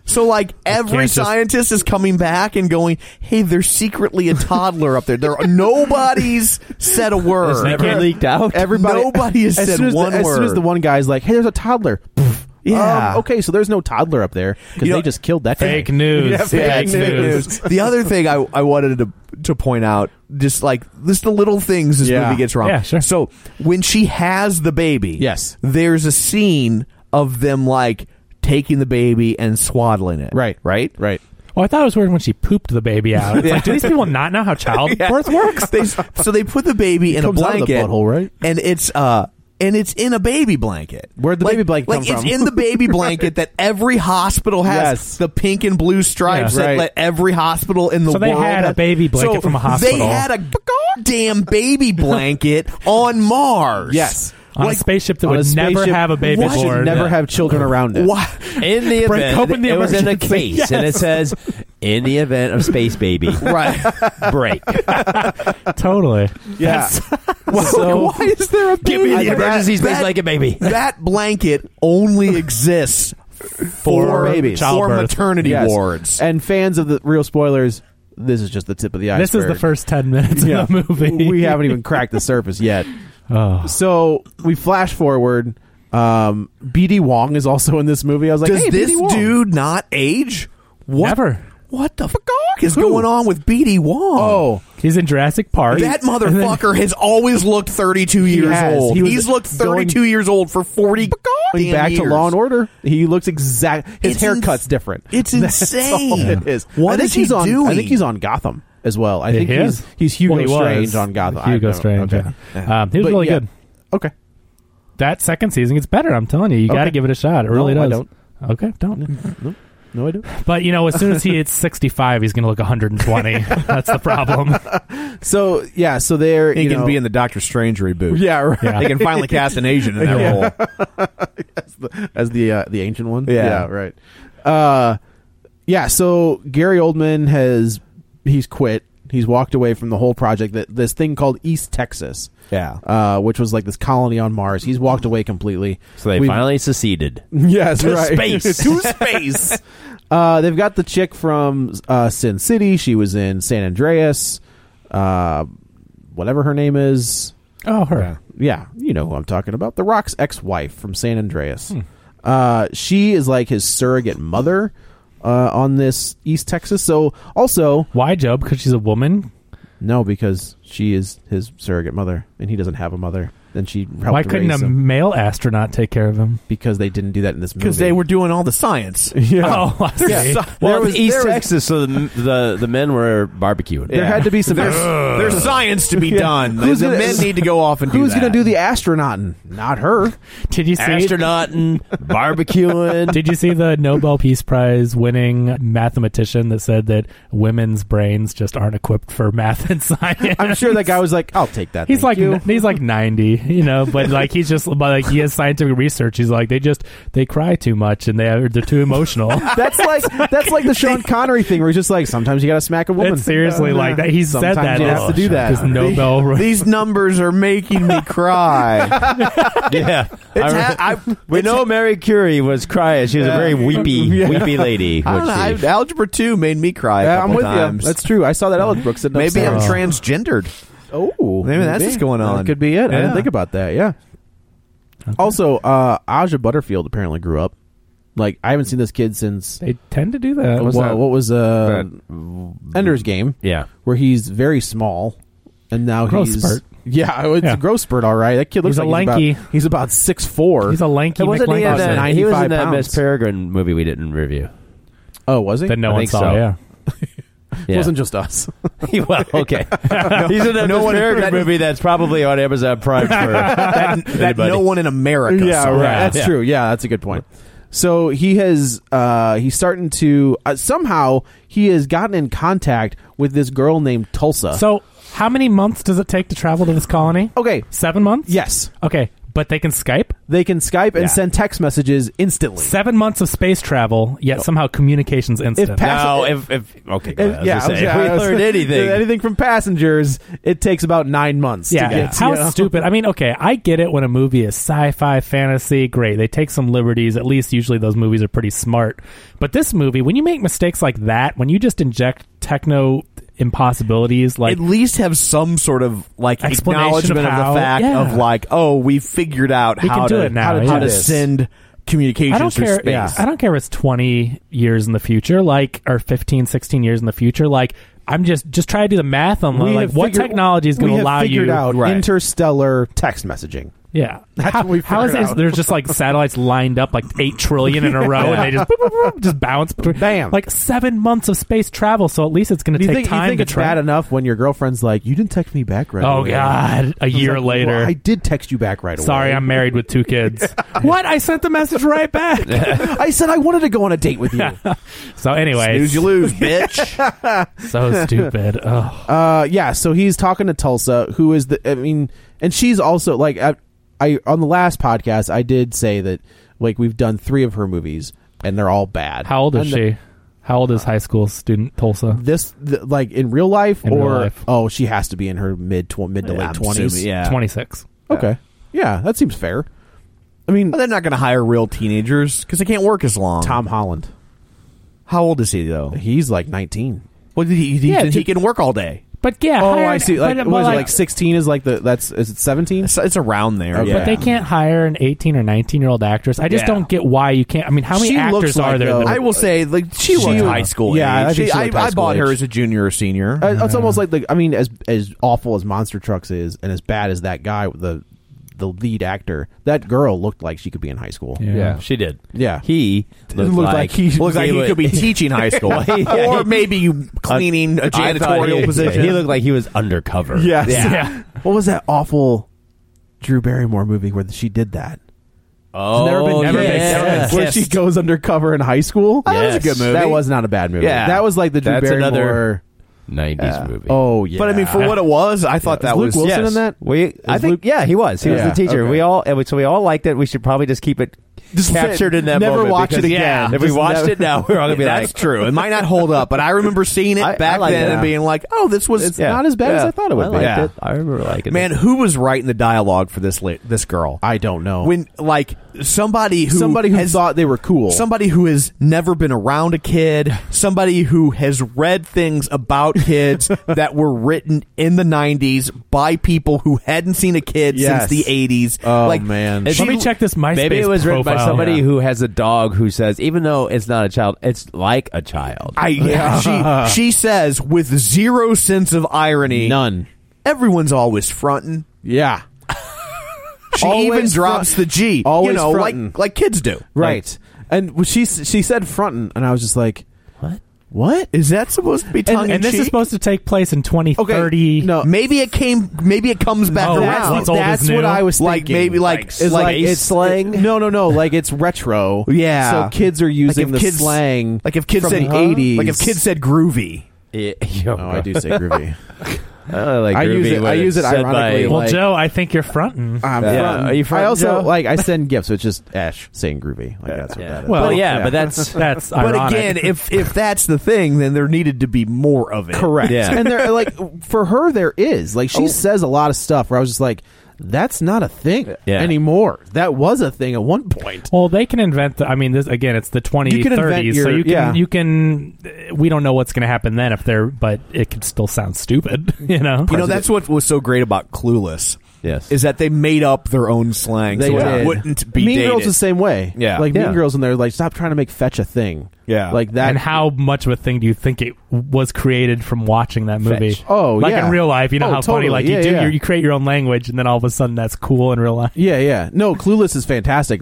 A: so like every
C: can't just-
A: scientist is coming back and going, "Hey, there's secretly a toddler up there. There nobody's said a word.
C: They can't-
B: leaked out.
D: Everybody.
A: Nobody has
D: as
A: said
D: soon as the-
A: one
D: as soon as
A: word.
D: the one guy's like, hey, there's a toddler. Pff,
A: Yeah.
D: um, okay, so there's no toddler up there because
A: You know,
D: they just killed that
C: Fake
D: guy.
C: news.
D: Yeah,
C: fake,
A: it's fake
C: news.
A: news. the other thing I, I wanted to to point out, just like just the little things this
D: Yeah.
A: movie gets wrong.
C: Yeah, sure.
A: So when she has the baby,
D: Yes.
A: there's a scene of them like taking the baby and swaddling it.
D: Right.
A: right,
D: Right.
C: Oh, I thought it was weird when she pooped the baby out. It's like, do these people not know how childbirth works?
A: They, so they put the baby in a
B: comes out of the
A: blanket,
B: butthole, right?
A: And it's uh, and it's in a baby blanket.
B: Where'd the
A: Like-
B: baby blanket
A: like
B: come
A: it's
B: from?
A: in the baby blanket that every hospital has
B: Yes.
A: the pink and blue stripes
B: Yeah.
A: that
B: Right.
A: let every hospital in the
C: So they
A: world.
C: had a
A: has-
C: baby blanket
A: So
C: from a hospital.
A: They had a damn baby blanket on Mars.
B: Yes.
C: On a spaceship that would never have a baby
B: that should
C: born.
B: never have children around it.
A: Why?
D: In the
C: Break
D: event,
C: open the
D: it was in a
C: emergency.
D: case, and it
C: Yes.
D: says, "In the event of space baby,
A: Right.
D: break."
C: Totally.
B: Yeah.
A: Why-
B: So-
A: why is there a baby?
D: Give me the
A: That-
D: emergency space
A: that-
D: blanket baby.
A: That blanket only exists for,
B: babies.
A: for
C: Childbirth.
A: maternity
B: Yes.
A: wards.
B: And fans of the real spoilers, this is just the tip of the iceberg.
C: This is the first 10 minutes
B: Yeah.
C: of the movie.
B: we haven't even cracked the surface yet.
C: Oh.
B: So we flash forward. Um, BD Wong is also in this movie. I was like,
A: Does
B: hey,
A: this
B: BD Wong.
A: dude not age? What,
C: Never.
A: What the fuck is going on with BD Wong?
B: Oh,
C: He's in Jurassic Park.
A: that
C: And then-
A: motherfucker has always looked 32 years
B: has.
A: old.
B: He was
A: He's looked 32
B: going-
A: years old for 40
B: going
A: damn
B: back to
A: years.
B: Law and Order, he looks exact. His
A: It's
B: haircut's
A: ins-
B: different.
A: It's
B: That's all
A: insane.
B: it is.
A: What
B: I think
A: is
B: he's
A: he
B: on, I
A: doing?
B: think he's on Gotham as well. I
C: He
B: think
C: is?
B: he's he's Hugo
C: Well, he
B: Strange
C: was.
B: on Gotham. I
C: Hugo
B: don't-
C: Strange.
B: okay.
C: yeah. Um, he was
B: But
C: really
B: yeah.
C: good.
B: Okay.
C: That second season gets better. I'm telling you, you got to
B: Okay.
C: give it a shot. It
B: No,
C: really
B: I
C: does.
B: don't.
C: Okay, don't.
B: No, I do.
C: But you know, as soon as he hits 65, he's going to look 120. That's the problem.
B: So yeah, so they're
A: He
B: you
A: can
B: know-
A: be in the Doctor Strange reboot.
B: yeah right.
A: They can finally cast an Asian in that
B: Yeah.
A: role.
B: as the uh, the ancient one.
A: Yeah.
B: right. Uh, yeah. So Gary Oldman has he's quit. He's walked away from the whole project. That this thing called East Texas.
A: Yeah.
B: Uh, which was like this colony on Mars. He's walked away completely.
D: So they
B: We've-
D: finally seceded.
B: yes,
D: to
B: right.
D: space.
B: To space. Uh, they've got the chick from uh, Sin City. She was in San Andreas. Uh, whatever her name is.
C: Oh, her.
B: Yeah, you know who I'm talking about. The Rock's ex wife from San Andreas.
D: Hmm.
B: Uh, she is like his surrogate mother uh, on this East Texas. So also
C: Why, Joe? Because she's a woman.
B: no, because she is his surrogate mother, and he doesn't have a mother. And she helped
C: Why couldn't a
B: raise him
C: male astronaut take care of him?
B: because they didn't do that in this movie
A: Because they were doing all the science.
C: Oh, I see.
A: There's sci-
D: Well,
A: there
D: it was
A: was-
D: East
A: there was-
D: Texas, so the, the the men were barbecuing.
B: There had to be some.
A: There's, there's science to be done. The,
B: Who's
A: the
B: gonna-
A: men need to go off and do
B: Who's
A: that.
B: going to do the astronauting? Not her.
C: Did you see?
D: astronauting, barbecuing.
C: Did you see the Nobel Peace Prize winning mathematician that said that women's brains just aren't equipped for math and science?
B: I'm sure that guy was like, "I'll take that."
C: He's like
B: thank you."
C: he's like ninety, you know, but like he's just but like he has scientific research. He's like they just they cry too much and they are, they're too emotional.
B: That's like that's like the Sean Connery thing where he's just like sometimes you gotta smack a woman.
C: It's seriously like that. He said that.
B: Sometimes you have to do that.
C: Because Nobel.
A: These numbers are making me cry.
D: yeah, I
A: It's
D: re-
A: ha- I-
D: we know Mary Curie was crying. She was a very weepy, weepy lady.
A: I don't know,
D: wasn't she?
A: I- algebra two made me cry. a
B: Yeah, I'm
A: couple
B: with
A: times.
B: you. That's true. I saw that Alec Brooks. Said
A: Maybe I'm
C: Oh.
A: transgendered.
B: Oh,
A: Maybe that's what's going on.
B: That could be it. I
A: Yeah.
B: didn't think about that. Yeah. Also, uh, Aja Butterfield apparently grew up. Like I haven't seen this kid since
C: They tend to do that.
B: what,
D: that?
B: what was uh, Ender's Game,
D: yeah,
B: where he's very small, and now
C: Growth
B: he's
C: spurt.
B: yeah, it's
C: Yeah.
B: a growth spurt. All right, that kid looks
C: He's a
B: like
C: lanky-
B: He's about, he's about six four.
C: He's a lanky
D: He wasn't he, in
C: McLanky.
D: that,
B: Thompson.
D: he was in
B: 95
D: that
B: pounds.
D: Miss Peregrine movie we didn't review.
B: oh, was he?
C: That no
D: I
C: one
D: think
C: saw.
D: so.
C: Yeah.
B: It
D: Yeah.
B: wasn't just us.
D: well, okay. He's in a no Peregrine movie that's probably on Amazon Prime for that,
A: That no one in America.
B: yeah,
A: saw.
B: right.
D: Yeah.
B: That's
D: Yeah.
B: true. Yeah, that's a good point. So he has uh, he's starting to uh, somehow he has gotten in contact with this girl named Tulsa.
C: So how many months does it take to travel to this colony?
B: okay,
C: Seven months.
B: yes,
C: Okay, but they can Skype.
B: they can Skype and
D: Yeah.
B: send text messages instantly.
C: Seven months of space travel, yet somehow communications instant.
B: If pass-
D: No, if, if okay, go
B: If-
D: ahead. I was gonna say,
B: I
D: if we
B: was-
D: learned anything,
B: anything from passengers, it takes about nine months.
C: yeah,
B: to get,
C: how
B: you know?
C: stupid. I mean, okay, I get it when a movie is sci-fi, fantasy, great. They take some liberties. At least usually those movies are pretty smart. But this movie, when you make mistakes like that, when you just inject techno impossibilities, like
A: At least have some sort of like
C: Explanation of
A: acknowledgement of,
C: how-
A: the fact
C: yeah.
A: of like, oh, we figured out
C: We can
A: how
C: do
A: to
C: it now,
A: how to,
C: yeah.
A: how to
C: This.
A: send communications
C: I don't
A: through
C: care.
A: space.
C: yeah, I don't care if it's 20 years in the future, like or 15, 16 years in the future. Like I'm just just try to do the math on
B: We
C: like
B: have
C: what
B: figured-
C: technology is going
B: we
C: to
B: have
C: allow
B: figured
C: you
B: out interstellar text messaging.
C: Yeah.
B: That's
C: how,
B: what we
C: how is
B: figured
C: it?
B: out.
C: There's just like satellites lined up like 8 trillion in a row and they just boop, boop, boop, just bounce between. Damn. Like 7 months of space travel, so at least it's going to
B: you
C: take
B: think,
C: time
B: you think
C: to
B: it's
C: travel.
B: bad enough when your girlfriend's like, "You didn't text me back right."
C: Oh,
B: away."
C: God. A
B: I was
C: year
B: like,
C: later.
B: "Well, I did text you back right away.
C: Sorry, I'm married with two kids. what? I sent the message right back.
B: I said I wanted to go on a date with you.
C: so anyway,
B: Snooze, you
A: lose, bitch.
C: so stupid. Ugh.
B: Uh, yeah. So he's talking to Tulsa, who is the. I mean, and she's also like, I, I on the last podcast, I did say that like we've done three of her movies, and they're all bad.
C: How old is
B: And the-
C: she? How old is high school student Tulsa?
B: This th- like in real life,
C: In real
B: or
C: life.
B: oh, she has to be in her mid tw- mid to
C: Yeah,
B: late
C: I'm
B: twenties.
C: assuming, yeah. 26.
B: Okay. Yeah, that seems fair. I mean,
A: they're not going to hire real teenagers because they can't work as long.
B: Tom Holland.
A: How old is he though?
B: He's like nineteen.
A: Well, do you, do you
C: Yeah,
A: think he
C: dude.
A: can work all day?
C: But yeah,
B: oh,
C: hire-
B: I see. Like,
C: but,
B: what is
C: but,
B: it? Like sixteen is like the that's is it seventeen?
A: It's, it's around there.
B: Okay.
A: Yeah.
C: But they can't hire an 18 or 19 year old actress. I just
A: Yeah.
C: don't get why you can't. I mean, how many
B: She looks
C: actors are
B: like,
C: there?
B: though-
C: that are-
A: I will say, like she, was
B: was-
A: high school.
B: yeah,
A: age.
B: I think she looked high
A: I, I
B: school
A: bought her
B: age.
A: as a junior or senior.
B: Uh, it's almost like like I mean, as as awful as Monster Trucks is, and as bad as that guy, the the lead actor, that girl looked like she could be in high school.
C: Yeah.
D: she did.
B: Yeah.
D: He looked,
B: looked
D: like,
B: like he-
A: looks like he could be teaching high school,
D: Yeah,
A: or
D: he-
A: maybe you cleaning a
D: I thought
A: janitorial
D: he,
A: position.
D: He looked like he was undercover.
B: Yes.
D: Yeah.
B: What was that awful Drew Barrymore movie where she did that?
D: Oh,
B: never been
D: yeah.
B: kissed. Where she goes undercover in high school.
D: Oh, that was a Yes. good movie.
B: That was not a bad movie.
D: Yeah.
B: That was like the Drew
D: That's
B: Barrymore.
D: another '90s movie.
B: Oh yeah.
A: But I mean, for what it was, I thought that
B: Luke
A: was
B: Wilson
A: yes.
B: in that?
D: We, I
B: Is
D: think,
B: Luke-
D: yeah, he was. He
B: Yeah,
D: was the teacher.
B: okay.
D: We all, and we- so we all liked it. We should probably just keep it
B: Just
D: captured
B: say-
D: in that
B: never
D: moment.
B: watch it
D: because
B: again.
D: If we
B: Just
D: watched
B: never-
D: it now, we're all gonna be
A: That's
D: like,
A: true. It might not hold up, but I remember seeing it
D: I- I
A: back
D: like
A: then
D: it.
A: and being like, "Oh, this was
B: It's not as bad as I thought it would
D: I
B: be.
D: liked
A: Yeah.
D: it. I remember liking it.
A: Man, who was writing the dialogue for this la- this girl?
B: I don't know.
A: when like somebody who
B: somebody who
A: has
B: thought they were cool.
A: somebody who has never been around a kid, somebody who has read things about kids that were written in the 90s by people who hadn't seen a kid since
B: Yes.
A: the 80s.
B: Oh,
A: like,
B: man.
C: Let me check this MySpace
D: Maybe it was written by
C: profile.
D: somebody
C: Yeah.
D: who has a dog who says, even though it's not a child, it's like a child.
A: I, she, she says with zero sense of irony,
B: None.
A: everyone's always fronting.
B: Yeah.
A: She
B: Always
A: even
B: front-
A: drops the G,
B: always
A: you know,
B: frontin'.
A: like like kids do.
B: Right. And she she said frontin', and I was just like,
D: what?
B: what?
A: Is that supposed to be tongue
C: and,
A: in
C: and this
A: cheek?
C: is supposed to take place in 2030.
B: no.
A: maybe it came. Maybe it comes back
C: Oh,
A: around.
C: what's old
B: that's
C: is new?
B: what I was
A: Like,
B: thinking.
A: maybe, like,
B: is
A: like
B: it's
D: slang?
B: no, no, no. Like it's retro.
A: Yeah.
B: So kids are using
A: if
B: the slang.
A: Like if kids
B: from
A: said
B: the 80s.
A: Like if kids said groovy.
D: Yeah, yo,
B: Oh, I do say groovy.
D: I, like
B: I use
D: Ruby
B: it-
D: when
B: I use
D: it's
B: it
D: said
B: ironically,
D: by-
C: well,
B: like- Uh,
C: Joe, I think you're fronting.
B: I'm
D: Yeah.
B: frontin'.
D: Are you frontin',
B: I also
D: Joe?
B: like I send gifts. So it's just Ash saying groovy. Like that's what
D: Yeah.
B: that is.
D: Well,
C: Well,
D: yeah, but that's
C: That's
A: But
C: ironic.
A: again, if if that's the thing, then there needed to be more of it.
B: correct.
D: Yeah.
B: And there, like for her, there is like
D: Oh.
B: she says a lot of stuff where I was just like, that's not a thing
D: Yeah.
B: anymore. That was a thing at one point.
C: well, they can invent. The, I mean, this again, it's the 2030s,
B: You can invent
C: so
B: your-
C: you can
B: yeah.
C: you can. We don't know what's going to happen then if they're, but it could still sound stupid. You know,
A: You know, that's what was so great about Clueless.
D: Yes.
A: Is that they made up their own slang
B: They
A: so it
B: did.
A: wouldn't be
B: Mean
A: dated.
B: Girls the same way.
A: Yeah.
B: like
A: Yeah.
B: Mean Girls, and they're like, stop trying to make fetch a thing.
A: Yeah.
B: like that.
C: and how much of a thing do you think it was created from watching that movie?
D: Fetch.
B: Oh,
C: like
B: yeah.
C: in real life, you know
B: Oh,
C: how
B: totally.
C: funny like
B: Yeah,
C: you do
B: yeah.
C: you, you create your own language, and then all of a sudden that's cool in real life.
B: Yeah, yeah. No, Clueless is fantastic.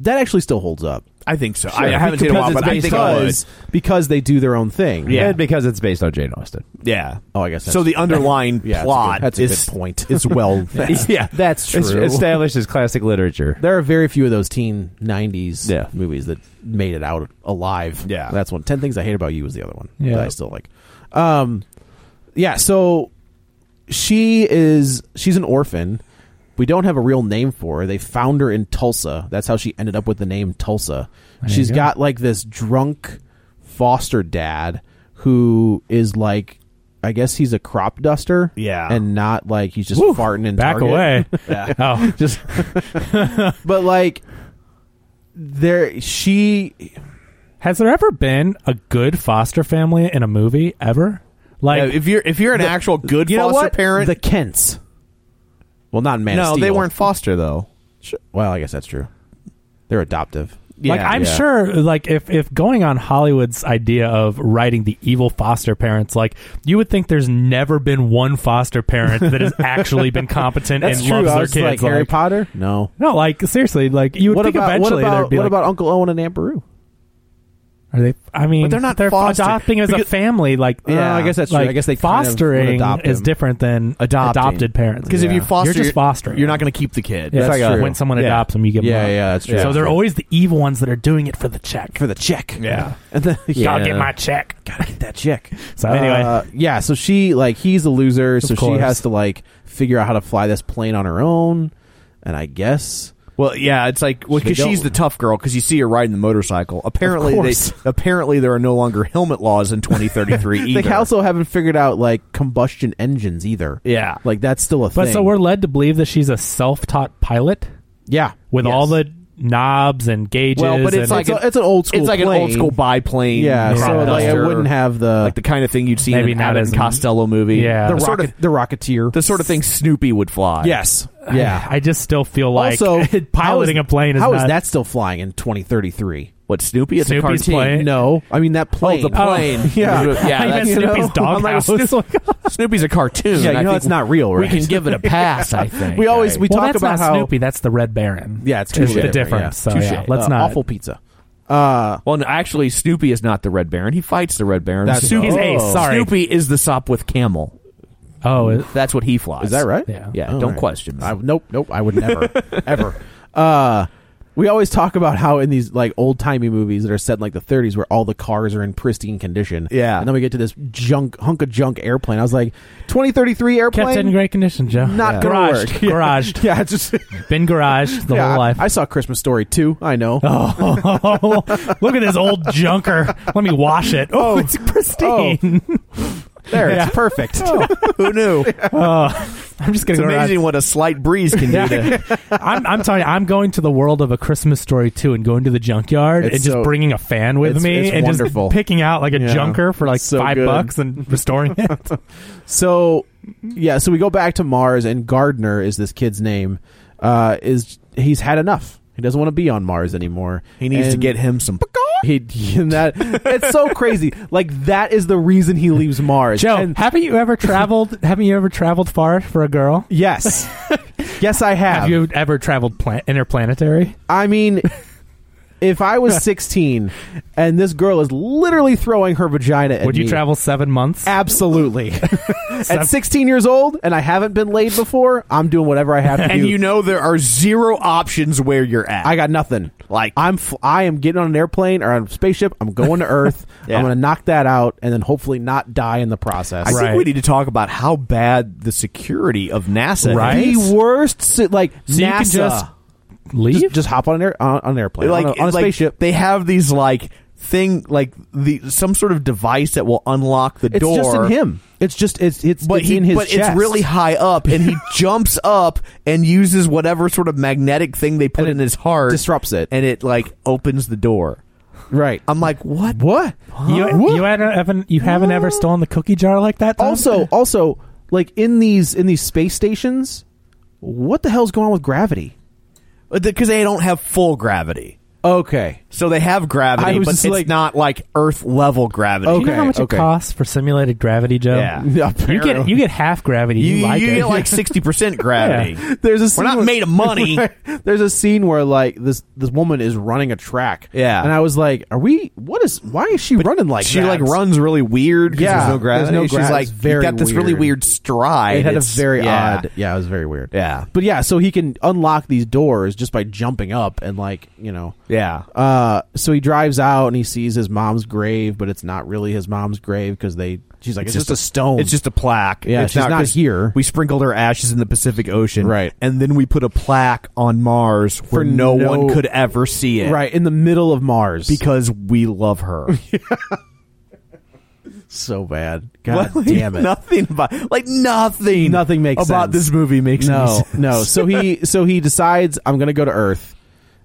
B: That actually still holds up.
A: I think so. I, I haven't seen it in a
B: because
A: while,
B: it's
A: but I think I would.
B: because, because they do their own thing.
D: Yeah, and because it's based on Jane Austen.
A: Yeah.
B: Oh, I guess that's
A: so. The underlying
B: Yeah, that's a good-
A: plot
B: that's a good
A: is
B: point.
A: is well.
D: yeah,
B: that's true.
D: It's established as classic literature.
B: there are very few of those teen '90s
D: Yeah.
B: movies that made it out alive.
A: Yeah.
B: that's one. Ten Things I Hate About You was the other one
C: Yeah.
B: that I still like. Um, yeah. So she is she's an orphan. We don't have a real name for her. They found her in Tulsa. That's how she ended up with the name Tulsa.
C: you
B: She's
C: go.
B: got like this drunk foster dad who is like, I guess he's a crop duster.
A: Yeah.
B: and not like he's just
C: Woo,
B: farting in
C: Back
B: Target.
C: away. Oh,
B: just but like there she
C: has there ever been a good foster family in a movie ever? Like,
A: Yeah, if you're if you're an actual good
B: you know
A: foster
B: what?
A: parent,
B: the kents well not in man of
A: no, they
B: Steel.
A: weren't foster though.
B: Sure. well i guess that's true they're adoptive
C: like I'm sure, like if if going on Hollywood's idea of writing the evil foster parents, like you would think there's never been one foster parent that has actually been competent and
B: That's true.
C: loves
B: I
C: their
B: was
C: kids.
B: like, Harry Potter? No,
C: no, like seriously, like you would
B: what
C: think
B: about,
C: eventually
B: what about,
C: there'd be
B: what
C: like,
B: about Uncle Owen and Aunt Beru?
C: are they? I mean,
B: But they're not
C: they're
B: foster-
C: adopting as a
B: because-
C: family. Like,
B: Yeah, I guess that's true.
C: like,
B: I guess they kind of
C: fostering
B: adopt
C: is
B: them.
C: different than
A: Adopting.
C: adopted parents.
A: Because if
C: Yeah.
A: you foster,
C: you're just fostering.
A: You're not going to keep the kid.
C: Yeah,
A: That's
C: it's like
A: true.
C: when someone
A: Yeah.
C: adopts them, you give them.
A: Yeah,
C: up.
A: yeah, that's true.
C: So
A: That's
C: they're
A: true.
C: always the evil ones that are doing it for the check.
B: for the check.
C: Yeah.
B: and then
C: Gotta get my check.
B: gotta get that check.
C: So anyway.
B: Uh, yeah. So she like he's a loser, so she
C: course.
B: has to like figure out how to fly this plane on her own, and I guess
A: Well, yeah, it's like well,
B: They
A: because she's
B: don't.
A: the tough girl because you see her riding the motorcycle. Apparently, they,
B: course.
A: apparently there are no longer helmet laws in 2033 either.
B: they also haven't figured out like combustion engines either.
A: Yeah.
B: like that's still a
C: But
B: thing.
C: so we're led to believe that she's a self-taught pilot
B: yeah
C: with
B: Yes.
C: all the knobs and gauges.
A: well, but it's
C: and
A: like
B: It's a- it's an old school
A: It's like an old
B: plane.
A: school biplane.
B: yeah. So
C: Crop
B: like I
C: duster.
B: wouldn't have the
A: like the kind of thing you'd see
C: Maybe
A: in an
C: not
A: Abbott
C: as-
A: and Costello movie.
C: Yeah.
A: the,
C: The
A: sort of
B: the Rocketeer.
A: the sort of thing Snoopy would fly.
B: yes, yeah.
C: I just still feel like
B: also,
C: piloting
B: how
C: a plane is
B: how
C: not,
B: that still flying in 2033?
A: What Snoopy? It's a
C: Snoopy's
A: cartoon.
C: plane.
B: No, I mean that Oh, plane.
A: Oh, the plane. Yeah,
B: yeah,
C: I meant
A: that's-
B: you know,
C: Snoopy's
B: I'm like,
C: doghouse.
A: Snoopy's a cartoon.
B: Yeah,
A: I
B: you know
A: think
B: that's not real,
A: We
B: right?
A: can give it a pass. I think
B: We always we
C: well,
B: talk
C: that's
B: about
C: not
B: how
C: Snoopy. That's the Red Baron.
B: yeah, it's
C: Is
B: completely
C: the difference.
B: yeah.
C: So yeah,
B: Touche.
C: let's
B: Uh,
C: not.
B: awful pizza. Uh,
A: Well, no, actually, Snoopy is not the Red Baron. He fights the Red Baron.
B: That's- Oh.
A: Snoopy,
B: he's
C: Ace, sorry.
A: Snoopy is the Sopwith Camel.
C: Oh, it-
B: Mm-hmm.
A: That's what he flies.
B: is that right?
C: Yeah.
A: Yeah,
B: All
A: don't
B: right.
A: question me.
B: I, nope, nope. I would never, ever. Uh, we always talk about how in these like old timey movies that are set in like the 30s, where all the cars are in pristine condition.
A: Yeah.
B: and then we get to this junk hunk of junk airplane. I was like, 2033 airplane.
C: kept it in great condition, Joe.
B: Not
C: yeah.
B: gonna
C: garaged.
B: work. Yeah.
C: Garaged.
B: Yeah, it's just
C: Been garaged the
B: yeah, I-
C: whole life.
B: I saw Christmas Story too. I know.
C: Oh, look at this old junker. Let me wash it. Oh, it's pristine.
B: Oh, there,
C: Yeah. Oh,
B: it's perfect.
A: Who knew?
C: I'm just
A: It's
C: gonna go around-
A: amazing what a slight breeze can do. to
C: I'm, I'm telling you, I'm going to the world of a Christmas story too, and going to the junkyard
B: It's
C: and just
B: so-
C: bringing a fan with
B: it's-
C: me
B: it's
C: and
B: wonderful.
C: just picking out like a
B: Yeah.
C: junker for like
B: So
C: five
B: good.
C: bucks and restoring it.
B: So yeah, so we go back to Mars, and Gardner is this kid's name. Uh, is he's had enough? He doesn't want to be on Mars anymore.
A: He needs to
B: And
A: get him some.
B: He and that it's so crazy. Like that is the reason he leaves Mars.
C: Joe,
B: And-
C: haven't you ever traveled? haven't you ever traveled far for a girl?
B: yes, yes, I have.
C: Have you ever traveled plan- interplanetary?
B: I mean. If I was 16 and this girl is literally throwing her vagina at
C: Would you
B: me,
C: travel seven months?
B: Absolutely.
C: Seven-
B: at 16 years old and I haven't been laid before, I'm doing whatever I have to do.
A: And you know there are zero options where you're at.
B: I got nothing.
A: Like-
B: I'm f- I am getting on an airplane or on a spaceship. I'm going to Earth.
A: Yeah.
B: I'm going to knock that out and then hopefully not die in the process.
A: I
C: Right.
A: think we need to talk about how bad the security of NASA.
C: Right?
A: Is.
B: The worst, si- like
A: So you
B: NASA,
A: can just
C: Leave.
B: just hop on an air on, on an airplane
A: like
B: on a, on a
A: like,
B: spaceship.
A: They have these like thing like the some sort of device that will unlock the
B: it's
A: door.
B: just in him. It's just it's it's,
A: But
B: it's
A: he,
B: in his
A: but
B: chest.
A: it's really high up, and he jumps up and uses whatever sort of magnetic thing they put
B: And it
A: in his heart,
B: disrupts it.
A: and it like opens the door.
B: right.
A: I'm like, what?
B: what?
C: You,
B: What?
C: you haven't, haven't- you haven't ever stolen the cookie jar like that. Tom?
B: also also like in these in these space stations, what the hell's going on with gravity?
A: Because Uh, they don't have full gravity,
B: Okay.
A: so they have
B: I
A: gravity,
B: was
A: but
B: just
A: it's
B: like-
A: not like Earth level gravity.
C: Do you know how
B: okay,
C: much
B: okay.
C: it costs for simulated gravity, Joe?
A: Yeah.
C: you get you get half gravity. You,
A: You,
C: like
A: you
C: it?
A: get like sixty percent gravity.
B: There's a scene
A: not
B: where-
A: made of money.
B: There's a scene where like this this woman is running a track.
A: Yeah.
B: and I was like, "Are we? What is? Why is she running like
A: she
B: that?"
A: like runs really weird. 'cause
B: Yeah,
A: there's no
B: there's
A: gravity.
B: no
A: She's
B: gravity.
A: like
B: It's very
A: got this really
B: weird.
A: weird stride.
B: It had a
A: It's-
B: very
A: yeah.
B: odd. Yeah, it was very weird.
A: Yeah.
B: but yeah, so he can unlock these doors just by jumping up and like you know.
A: Yeah.
B: Uh, so he drives out and he sees his mom's grave, but it's not really his mom's grave because they. She's like, it's, just, a stone.
A: It's just a plaque.
B: Um, Yeah,
A: it's
B: she's not
A: 'cause
B: here.
A: We sprinkled her ashes in the Pacific Ocean,
B: Right.
A: And then we put a plaque on Mars where
B: For
A: no,
B: no-
A: one could ever see it,
B: right in the middle of Mars.
A: Because we love her.
B: so bad. God
A: Like,
B: damn it.
A: Nothing about like nothing.
B: Nothing makes
A: about
B: sense.
A: this movie makes any
B: no
A: sense.
B: no so he so he decides i'm gonna go to earth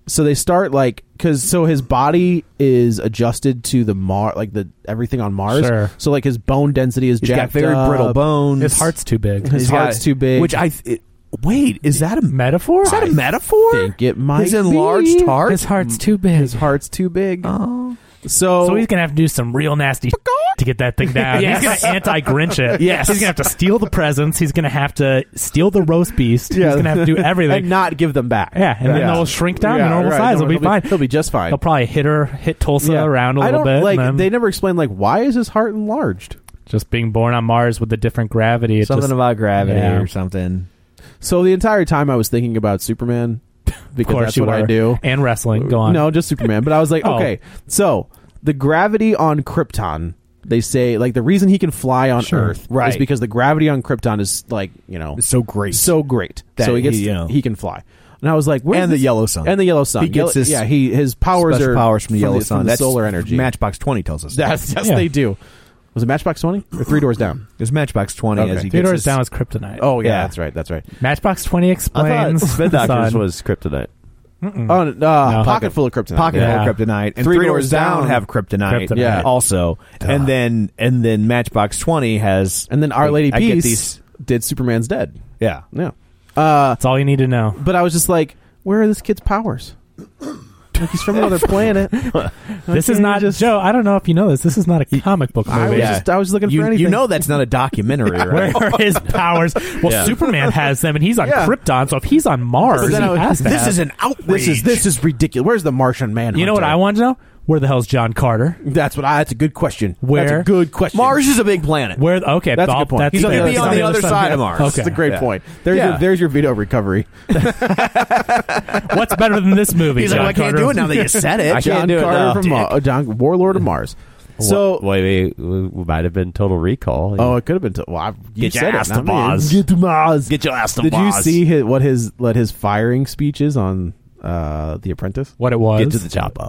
B: so they start like because so his body is adjusted to the mar like the everything on mars
C: Sure.
B: so like his bone density is
A: He's got
B: jacked
A: very
B: up.
A: brittle bones.
C: his heart's too big.
B: his
A: He's got-
B: heart's too big
A: Which I it, Wait, is that a metaphor? Is that a metaphor?
B: think it might
A: His enlarged
B: be.
A: heart.
C: His heart's too big.
B: His heart's too big.
A: Oh.
B: So,
C: So he's gonna have to do some real nasty to get that thing down.
B: Yes.
C: He's gonna anti Grinch it.
B: Yes.
C: He's gonna have to steal the presents. He's gonna have to steal the roast beast. He's gonna have to do everything.
B: and not give them back.
C: yeah, and then they'll shrink down
B: Yeah,
C: to normal
B: right.
C: size. It'll be
B: They'll
C: fine.
B: They'll be just fine.
C: They'll probably hit her, hit Tulsa
B: Yeah.
C: around a
B: I
C: little
B: don't,
C: bit.
B: Like
C: and then
B: they never explain like why is his heart enlarged.
C: just being born on Mars with a different gravity. It
A: Something
C: just,
A: about gravity
C: Yeah.
A: or something.
B: So the entire time I was thinking about Superman
C: of
B: because
C: course,
B: that's
C: you
B: what I
C: were.
B: do.
C: And wrestling. Go on.
B: No, just Superman. But I was like,
C: Oh.
B: okay, so the gravity on Krypton. They say like the reason he can fly on
C: Sure.
B: Earth is
A: Right.
B: because the gravity on Krypton is like you know
A: It's so great.
B: so great
A: That
B: so he gets
A: he,
B: he,
A: you know.
B: can fly. And I was like, where's
A: And the
B: this-
A: yellow sun.
B: and the yellow sun.
A: He gets
B: Yellow-
A: his
B: yeah, he his powers
A: Special
B: are
A: powers from the yellow
B: the,
A: sun.
B: from the
A: That's
B: solar energy.
A: Matchbox Twenty tells us. that.
B: That's yes,
C: Yeah.
B: they do. Was it Matchbox Twenty or Three Doors Down?
A: It's Matchbox Twenty
B: Okay.
A: as he gets
C: Theodore's
A: his,
C: down is kryptonite.
B: Oh yeah,
A: Yeah.
B: that's right, that's right.
C: Matchbox Twenty explains.
D: Spin
C: the
D: Doctors
C: sun.
D: was kryptonite.
B: Oh, uh, pocket
A: Pocket-
B: full of kryptonite.
A: pocket
C: Yeah.
A: full of kryptonite and
B: Three
A: three,
B: Doors
A: doors, down,
B: Down
A: have kryptonite,
C: Kryptonite.
B: Yeah.
A: also and then and then matchbox 20 has
B: And then Our Lady
A: I get
B: Peace
A: these-
B: did Superman's Dead.
A: yeah
B: Yeah. Uh,
C: That's all you need to know.
B: but I was just like, where are this kid's powers? Like he's from another planet.
C: This is not
B: just-
C: Joe. I don't know if you know this. This is not a comic book movie.
B: I was just I was looking
A: you,
B: for anything.
A: you know that's not a documentary
C: Where
A: right
C: are his powers? Well, Superman has them, and he's on
B: Yeah.
C: Krypton. So if he's on Mars,
B: But then
C: he
B: I was-
C: has to
B: this
C: have-
B: is an
A: outrage
B: this is this is ridiculous. Where's the Martian man?
C: You know what I want to know? Where the hell's John Carter?
B: That's what I. That's a good question. That's
C: Where-
B: a good question.
A: mars is a big planet
C: Where? Okay,
B: That's a
C: Bob,
B: good point.
C: That's
A: He's on the-
C: fair.
A: he'll be on the other side of Mars.
C: Okay,
B: That's a great
A: Yeah.
B: point. There's
A: Yeah.
B: your, there's your veto recovery.
C: What's better than this movie?
A: he's
C: John
A: like well, i
C: Carter?
A: can't do it now that you said it
D: I can't
B: John
D: do it
B: Carter
D: now.
B: from Mars. John Warlord of Mars. So
D: wait, wait, we might have been Total Recall.
B: oh, it could have been. To, well, I, you
D: Get your
B: said it,
D: ass
B: not
D: to
B: me.
D: Mars.
B: Get to Mars.
D: get your ass to
B: Did you see his, what his what his firing speech is on uh, The Apprentice?
C: What it was?
D: Get to the chopper.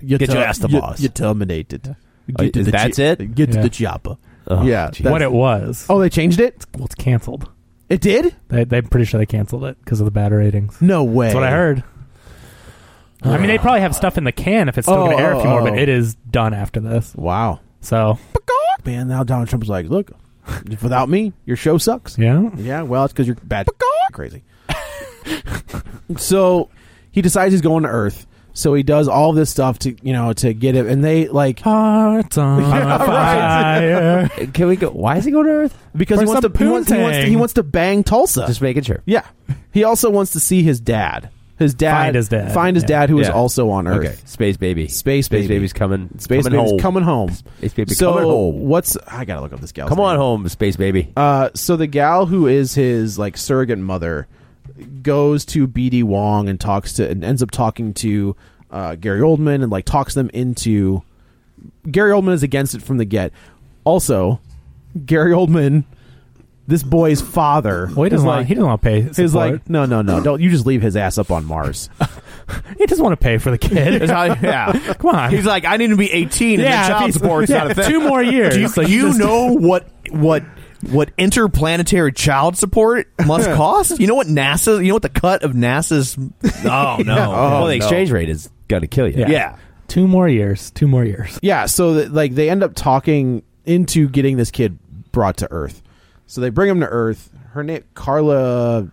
B: You
D: Get your ass to
B: you-
D: Mars.
B: You're terminated.
D: Oh,
B: to
D: is-
B: the
D: that's
B: chi-
D: it?
B: Get to
C: Yeah.
B: the chopper.
D: Oh,
B: yeah.
D: geez.
B: that's-
C: what it was?
B: Oh, they changed it.
C: well, it's canceled.
B: It did.
C: They, I'm pretty sure they canceled it because of the bad ratings.
B: No way.
C: That's what I heard. I mean, they probably have stuff in the can if it's still
B: Oh,
C: going to air a few
B: oh,
C: more,
B: oh.
C: but it is done after this.
B: Wow.
C: So
B: Man, now Donald Trump's like, look, without me, your show sucks.
C: yeah,
B: Yeah, well, it's because you're bad. Crazy. so he decides he's going to Earth. So he does all this stuff to you know to get it, and they like
C: hearts on fire.
D: Can we go? Why is he going to Earth?
B: because he
C: For
B: wants, to,
C: some
B: he, wants, he, wants to, he
C: poontang.
B: wants to bang Tulsa.
D: Just making sure.
B: yeah, he also wants to see his dad. His dad
C: Find his dad.
B: Find his
C: Yeah.
B: dad, who is
D: Yeah.
B: also on Earth.
D: Okay. Space baby.
B: Space
D: Space
B: baby.
D: baby's coming.
B: Space
D: coming
B: baby's
D: home.
B: coming home.
D: Space baby
B: so
D: coming home.
B: what's I gotta look up this gal.
D: Come on home, space baby.
B: Uh, so the gal who is his like surrogate mother goes to BD Wong and talks to and ends up talking to uh, Gary Oldman and like talks them into. Gary Oldman is against it from the get. Also, Gary Oldman, this boy's father,
C: Well, he
B: is
C: doesn't want.
B: like
C: He doesn't want to pay.
B: is
C: support.
B: like no no no don't you just leave his ass up on Mars.
C: he doesn't want to pay for the kid.
A: yeah
C: Come on.
A: he's like i need to be 18
C: Yeah,
A: and then child
C: he's-
A: support's
C: yeah,
A: not a thing
C: two more years.
A: do you,
C: So you
A: you
C: just-
A: know what what what interplanetary child support must cost you know what nasa you know what the cut of nasa's oh no
D: well, the exchange rate is gonna kill you.
C: Yeah.
A: yeah
C: two more years. Two more years.
B: Yeah, so that, like they end up talking into getting this kid brought to Earth. So they bring him to Earth. Her name Carla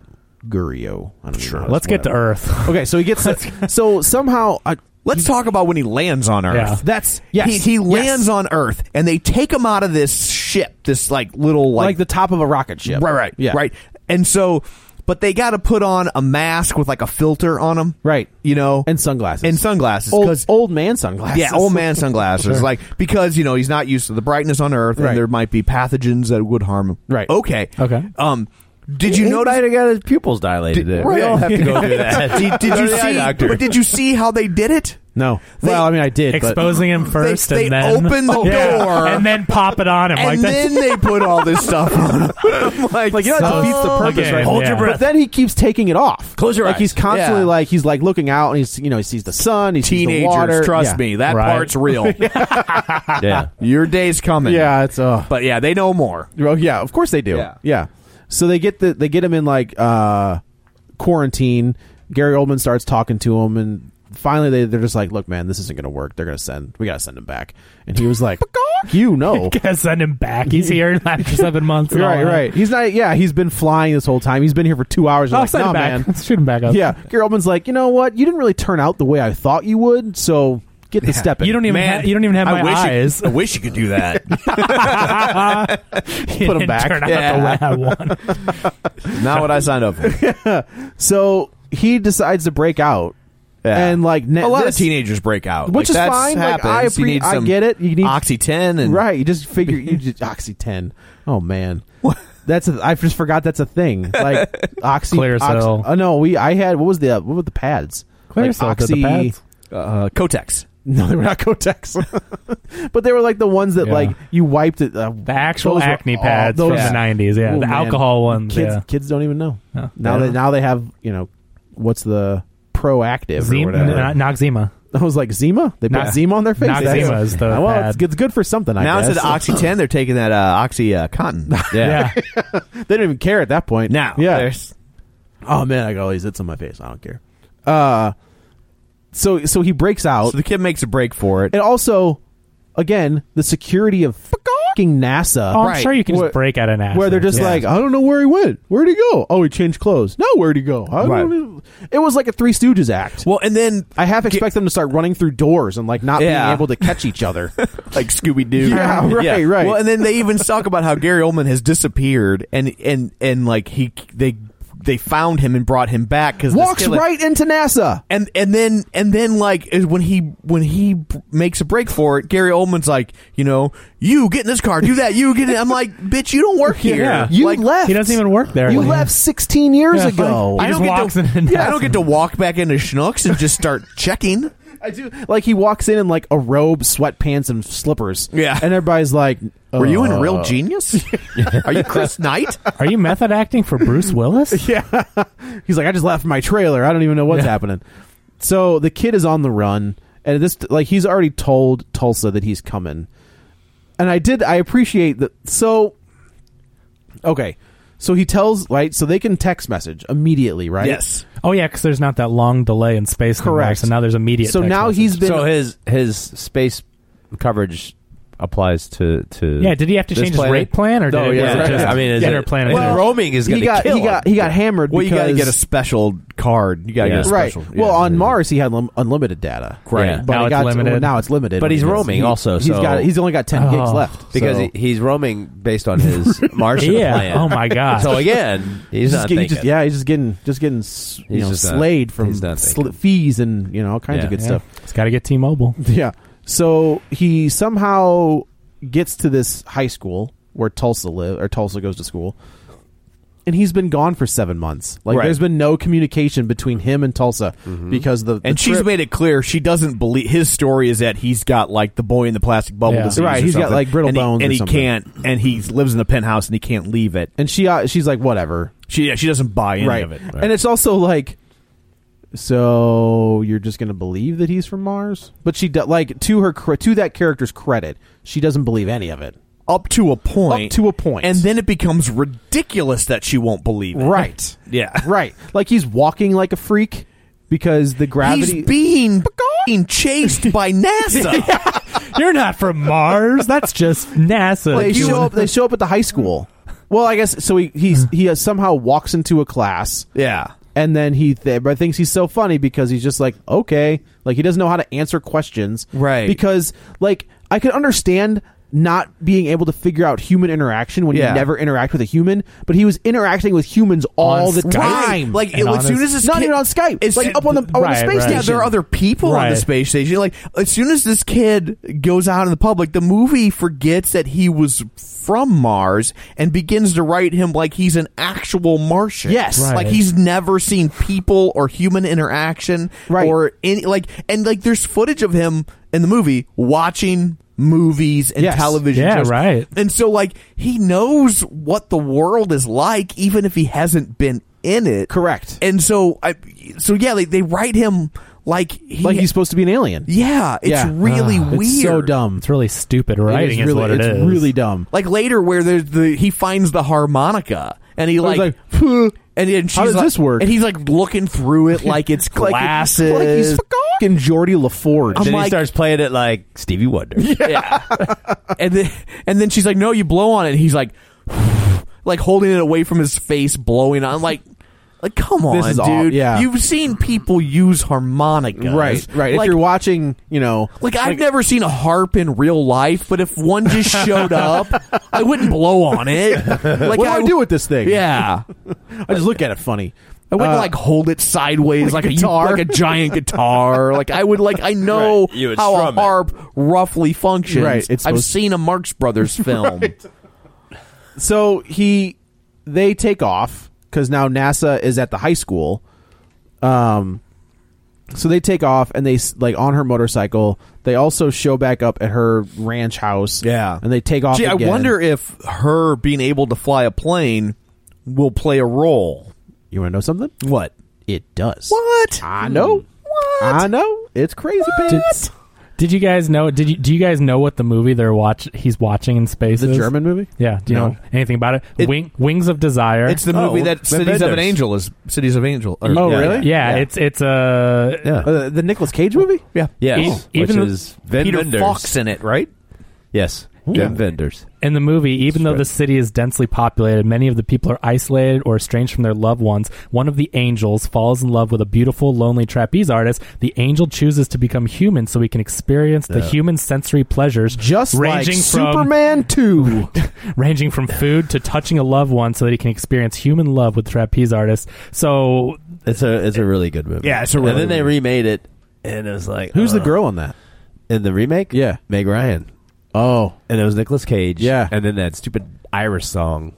B: Gurio. I don't sure.
C: Let's get to Earth.
B: Okay, so he gets so somehow I,
A: Let's talk about when he lands on Earth.
C: Yeah.
A: That's
B: Yes.
A: He, he
B: Yes.
A: lands on Earth, and they take him out of this ship, this like little
B: like,
A: like,
B: the top of a rocket ship.
A: right, right,
B: yeah,
A: right. And so, but they got to put on a mask with like a filter on him,
B: Right.
A: You know,
B: and sunglasses
A: and sunglasses
B: Old,
A: because
B: old man sunglasses.
A: yeah, old man sunglasses, like because you know he's not used to the brightness on Earth,
B: Right.
A: and there might be pathogens that would harm him.
B: Right.
A: Okay.
C: Okay.
A: Um, did you
D: He
A: notice?
D: might have got his pupils dilated.
A: Did-
D: We
A: right.
D: all have to go through that.
A: did, did you
D: Go to the eye
A: see?
D: doctor.
A: But did you see how they did it?
B: No,
A: They-
B: well, I mean, I did. but-
C: Exposing him first,
A: they
C: and then
A: open the
C: Yeah.
A: door.
C: and then pop it on him. like
A: and
C: that's
A: then they put all this stuff on him. I'm like,
B: like you know, it
A: so-
B: defeats the purpose,
C: okay,
B: right?
C: Hold yeah. your breath.
B: But then he keeps taking it off.
A: Close your
B: like
A: eyes.
B: He's constantly
A: Yeah.
B: like he's like looking out, and he's you know he sees the sun, he sees the
A: Teenagers,
B: water.
A: trust
B: Yeah.
A: me, that
C: Right.
A: part's real.
D: yeah.
A: Your day's coming.
B: Yeah, it's uh,
A: But yeah, they know more.
B: Well, yeah, of course they do. Yeah.
A: Yeah.
B: So they get the they get him in like uh quarantine. Gary Oldman starts talking to him and finally they they're just like, look, man, this isn't going to work. They're going to send. We got to send him back. And he was like, you know,
C: gotta send him back. He's here after seven months. and all
B: right,
C: that.
B: right. He's not. Yeah, he's been flying this whole time. He's been here for two hours.
C: I'll
B: like,
C: send
B: nah,
C: Oh, him back.
B: man.
C: Let's shoot him back up.
B: Yeah, Gary Oldman's like, you know what? You didn't really turn out the way I thought you would. So get the step in.
C: You don't even ha- you don't even have my eyes.
B: I wish you could do that.
C: He
B: Put him
C: didn't
B: back.
C: Turn out
B: Yeah.
C: the way I want.
A: Not what I signed up for.
B: so he decides to break out, and like ne-
A: a lot
B: this-
A: of teenagers break out,
B: which
A: Like,
B: is
A: that's
B: fine. Like,
A: Happens.
B: I,
A: you
B: appre-
A: need
B: I
A: some
B: get it. You need
A: oxy ten and
B: right. You just figure you just oxy ten. Oh man, that's a, I just forgot that's a thing. Like oxy.
C: Clearasil.
B: ox- uh, no, we I had what was the uh, what were the pads?
C: Clearasil did the pads.
B: Uh, Kotex. No, they were not Kotex, but they were like the ones that
C: Yeah.
B: like you wiped it. Uh, the
C: actual acne pads from the 90s, yeah. The alcohol ones,
B: Kids,
C: yeah.
B: kids don't even know.
C: No.
B: Now
C: Yeah.
B: they now they have you know what's the proactive or
C: Zima,
B: whatever.
C: not, not Zima.
B: I was like Zima. They put
C: Not-
B: Zima on their face.
C: not
B: That's-
C: Zima is the
B: well, it's,
C: pad.
B: it's good for something. I
A: now
B: guess.
A: instead of oxy ten, they're taking that uh, oxy uh, cotton.
C: Yeah.
B: they don't even care at that point.
A: Now,
B: yeah.
A: there's-
B: Oh man, I got all these hits on my face. I don't care. Uh, so so he breaks
A: so
B: out,
A: Oh, the kid makes a break for it.
B: and also, again, the security of fucking NASA.
C: Oh, I'm sure you can
B: Where,
C: just break out an ass.
B: where they're just like, I don't know where he went. Where'd he go? Oh, he changed clothes. No, where'd he go? I
A: Right.
B: don't know. It was like a Three Stooges act.
A: Well, and then
B: I half expect them to start running through doors and like not
A: Yeah.
B: being able to catch each other.
A: like Scooby Doo.
B: Yeah, right, right.
A: Well, and then they even talk about how Gary Oldman has disappeared, and and and like he they they found him and brought him back because
B: Walks right into NASA.
A: and and then and then like is when he when he b- makes a break for it, Gary Oldman's like, you know, you get in this car, do that, you get in. I'm like, bitch, you don't work here.
C: Yeah.
B: You
A: like,
B: left.
C: He doesn't even work there.
B: You
C: Yeah.
B: left 16 years
C: Yeah,
B: ago.
C: like-
A: I
C: He
A: don't
C: just walks in
A: get to.
C: and
A: yeah, I don't get to walk back into Schnucks and just start checking.
B: I do. Like he walks in in like a robe, sweatpants, and slippers.
A: Yeah.
B: and everybody's like,
A: Were you in
B: uh,
A: Real Genius? Are you Chris Knight?
C: Are you method acting for Bruce Willis?
B: Yeah. He's like, I just left my trailer. I don't even know what's happening. So the kid is on the run, and this like he's already told Tulsa that he's coming. And I did. I appreciate that. So okay. So he tells right, so they can text message immediately, right?
C: Oh yeah, because there's not that long delay in space. anymore,
B: Correct.
C: so now there's immediate.
B: So
C: text
B: now
C: message.
B: he's been
D: So his his space coverage applies to to
C: Yeah, did he have to
D: this
C: change his
D: planet?
C: rate plan, or did
D: no,
C: it-
D: yeah,
C: was it just
D: I mean, is it,
C: interplanetary? Well,
D: and roaming is
B: he
D: going to
B: got
D: kill
B: he
D: him.
B: got he got hammered.
A: Well, you got
B: because,
A: to get a special card. You got to
D: Yeah.
A: get a
B: right.
A: special.
B: Well,
A: yeah.
B: on Mars he had lim- unlimited data.
D: Right. Yeah.
B: But
C: Now
B: it
C: it's
B: got to-
C: limited.
B: well, now it's limited.
D: But
B: when
D: he's
B: he gets-
D: roaming
B: he-
D: also,
B: He's
D: so-
B: got he's only got ten gigs
C: Oh.
B: left
D: because
B: so-
D: he, he's roaming based on his Martian
C: Yeah.
D: plan.
C: Oh, my God.
D: So again,
B: He's
D: he's, not
B: just getting,
D: thinking.
B: just, yeah, he's just getting just getting s you
D: He's
B: know
D: just not-
B: slayed from
D: he's not
B: sl-
D: thinking.
B: fees and you know all kinds
D: Yeah.
B: of good
C: yeah.
B: stuff.
C: It's got to get T-Mobile.
B: Yeah. So he somehow gets to this high school where Tulsa live or Tulsa goes to school. And he's been gone for seven months. Like
A: Right.
B: there's been no communication between him and Tulsa
D: Mm-hmm.
B: because the, the
A: and she's
B: trip-
A: made it clear she doesn't believe his story is that he's got like the boy in the plastic bubble
C: Yeah.
A: disease.
B: Right,
A: he
B: he's got, like, brittle
A: and
B: bones
A: he,
B: or
A: and he
B: something.
A: can't. And he lives in a penthouse and he can't leave it.
B: and she uh, she's like whatever
A: She yeah, she doesn't buy any
B: right.
A: of it.
B: And it's also like, so you're just going to believe that he's from Mars? But she do, like to her cre- to that character's credit, she doesn't believe any of it.
A: up to a point.
B: Up to a point.
A: and then it becomes ridiculous that she won't believe it.
B: Right.
A: Yeah.
B: right. Like he's walking like a freak because the gravity.
A: He's being being chased by NASA.
C: You're not from Mars. That's just NASA.
B: they show up. They show up at the high school. Well, I guess so. He he's, he has somehow walks into a class.
A: Yeah.
B: and then he th- but thinks he's so funny because he's just like okay like he doesn't know how to answer questions
A: Right.
B: because like i can understand not being able to figure out human interaction when
A: Yeah.
B: you never interact with a human but he was interacting with humans all the
C: Skype.
B: time
A: Like it,
C: And
A: as
C: on
A: soon
C: his-
A: as this
B: not
A: kid-
B: even on skype
A: as
B: it's like
A: soon-
B: up on the, up on the
C: Right,
B: space
C: right.
B: station
A: Yeah, there are other people on the
C: Right.
A: space station. Like as soon as this kid goes out in the public, the movie forgets that he was from Mars and begins to write him like he's an actual Martian.
B: Yes. Right.
A: like he's never seen people or human interaction
B: Right.
A: or any like and like there's footage of him in the movie watching movies and
B: Yes.
A: television
C: Yeah,
A: shows.
C: right.
A: And so like he knows what the world is like even if he hasn't been in it.
B: Correct.
A: And so I so yeah, they, they write him like he,
B: like he's supposed to be an alien
A: Yeah, it's
B: Yeah. Ah,
A: really
C: Ugh,
A: weird.
B: it's so dumb
C: It's really stupid
B: It is
C: writing. is
B: really,
C: what it
B: it's
C: is.
B: really dumb
A: Like later where there's the he finds the harmonica and he
B: I
A: like,
B: was like, "Huh,
A: and, and she's
B: how does
A: like-
B: this work?"
A: And he's like looking through it like it's
B: Like it-
A: glasses.
B: like he's fucking Geordie LaFord.
D: then he starts playing it like Stevie Wonder.
A: Yeah. and then and then she's like, "No, you blow on it." And he's like, like holding it away from his face, blowing on. Like, like come on,
B: This is
A: dude.
B: aw- yeah.
A: You've seen people use harmonicas,
B: Right, right.
A: Like,
B: if you're watching, you know,
A: like, I've never seen a harp in real life, but if one just showed up, I wouldn't blow on it.
B: like, what do I, do with this thing?
A: Yeah.
B: I just look at it funny.
A: I wouldn't
B: Uh,
A: like hold it sideways like,
B: like a
A: a
B: guitar?
A: like a giant guitar. like I would like I know
D: Right, you would
A: how a
D: strum it.
A: harp roughly functions.
B: Right, it's
A: I've
B: supposed-
A: seen a Marx Brothers film.
B: So he, they take off because now NASA is at the high school. Um, so they take off and they s- like on her motorcycle. They also show back up at her ranch house.
A: Yeah.
B: and they take off.
A: Gee, I
B: again.
A: wonder if her being able to fly a plane will play a role.
B: You want to know something?
A: What?
B: It does.
A: What?
B: I know.
A: What?
B: I know. It's crazy.
C: Did,
B: pants.
C: did you guys know? Did you do you guys know what the movie they're watch? He's watching in space.
B: The
C: is?
B: German movie.
C: Yeah. Do you
B: No.
C: know anything about it?
A: It-
C: Wing, Wings of Desire.
A: It's the
D: Oh,
A: movie that
D: the
A: Cities of an
D: Benders.
A: Angel is Cities of Angel. or-
B: Oh,
A: yeah,
B: really?
C: yeah,
B: Yeah.
C: It's it's a.
D: Yeah.
B: Uh, the Nicolas Cage movie.
A: Yeah.
D: Yes.
C: E- even
D: which
C: the-
D: is Vin
A: Peter
D: Vendors.
A: Fox in it, right?
D: Yes.
B: Yeah.
D: Vin Vendors.
C: In the movie, even though
D: right.
C: the city is densely populated, many of the people are isolated or estranged from their loved ones. One of the angels falls in love with a beautiful, lonely trapeze artist. The angel chooses to become human so he can experience the human sensory pleasures,
B: Just
C: ranging
B: like
C: from
B: Superman Two.
C: ranging from food to touching a loved one, so that he can experience human love with the trapeze artist. So
D: It's a it's a really good movie.
A: Yeah, it's a really
D: And then they
A: good
D: remade it, and it was like
B: Who's the
D: uh,
B: girl on that?
D: in the remake?
B: Yeah.
D: Meg Ryan,
B: Oh,
D: and it was Nicolas Cage.
B: Yeah.
D: and then that stupid Irish song.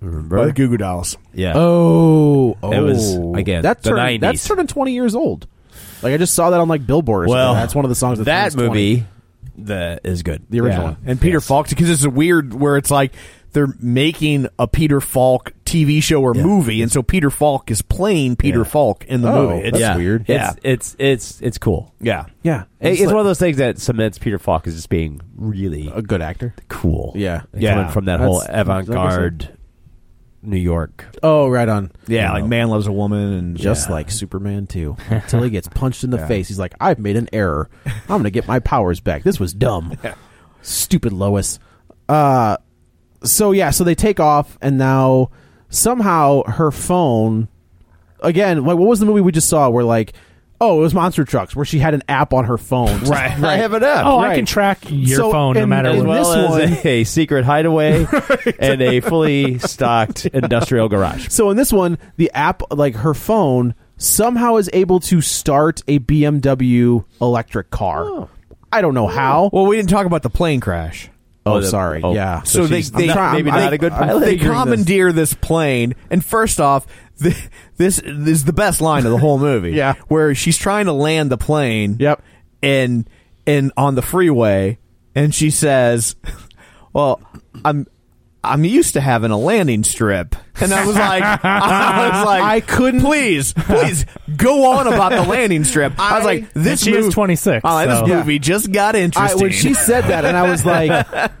D: Remember?
A: Goo Goo Dolls.
D: yeah.
B: Oh,
D: It was,
B: oh.
D: again,
B: That
D: the
B: turned,
D: 90s.
B: That's turning twenty years old. Like I just saw that on like Billboard. Or
D: Well,
B: something. that's one of the songs that
D: that
B: turns 20.
D: movie that is good.
B: the original
A: Yeah.
B: one.
A: And Peter Falk, because it's weird where it's like they're making a Peter Falk TV show or movie, and so Peter Falk is playing Peter
D: Yeah.
A: Falk in the
B: Oh,
A: movie.
B: that's
D: yeah.
B: weird.
D: Yeah,
A: Yeah.
D: it's it's it's, it's cool.
A: yeah.
B: Yeah,
D: It- It's,
B: like
D: one of those things that cements Peter Falk as just being really
B: a good actor.
D: cool.
B: Yeah.
D: And
B: Yeah.
D: coming from that
B: That's-
D: whole avant-garde New York.
B: Oh, right on.
A: Yeah, like Man Loves a Woman and
B: Just
A: Yeah.
B: like Superman too. Until he gets punched in the face, he's like, "I've made an error. I'm gonna get my powers back. This was dumb, stupid Lois." Uh, so yeah, so they take off, and now somehow her phone, again, like what was the movie we just saw? Where like, oh, it was Monster Trucks, where she had an app on her phone,
D: Right. I have it up.
C: Oh,
B: Right.
C: I can track your
B: So,
C: phone no
B: and-
C: matter
B: and
D: as
C: what.
D: well
B: this
D: as
B: one-
D: a secret hideaway and a fully stocked industrial garage.
B: So in this one, the app, like her phone, somehow is able to start a BMW electric car. I don't know how.
A: Well, we didn't talk about the plane crash.
B: Oh,
D: Oh, the-
B: sorry.
D: oh.
B: Yeah.
D: So
A: So, they,
D: she's
A: they
D: not- maybe not a good pilot.
A: They
D: Figuring this.
A: commandeer this. plane, and first off, th this is the best line of the whole movie.
B: Yeah.
A: where she's trying to land the plane.
B: Yep.
A: and and on the freeway, and she says, "Well, I'm." I'm used to having a landing strip, and I was like, I was like,
B: I couldn't-
A: Please, please go on about the landing strip. I, was like, this.
C: she is
A: mov-
C: 26,
A: I was like,
C: so-
A: this movie just got
B: I,
A: interesting.
B: when she said that, and I was like,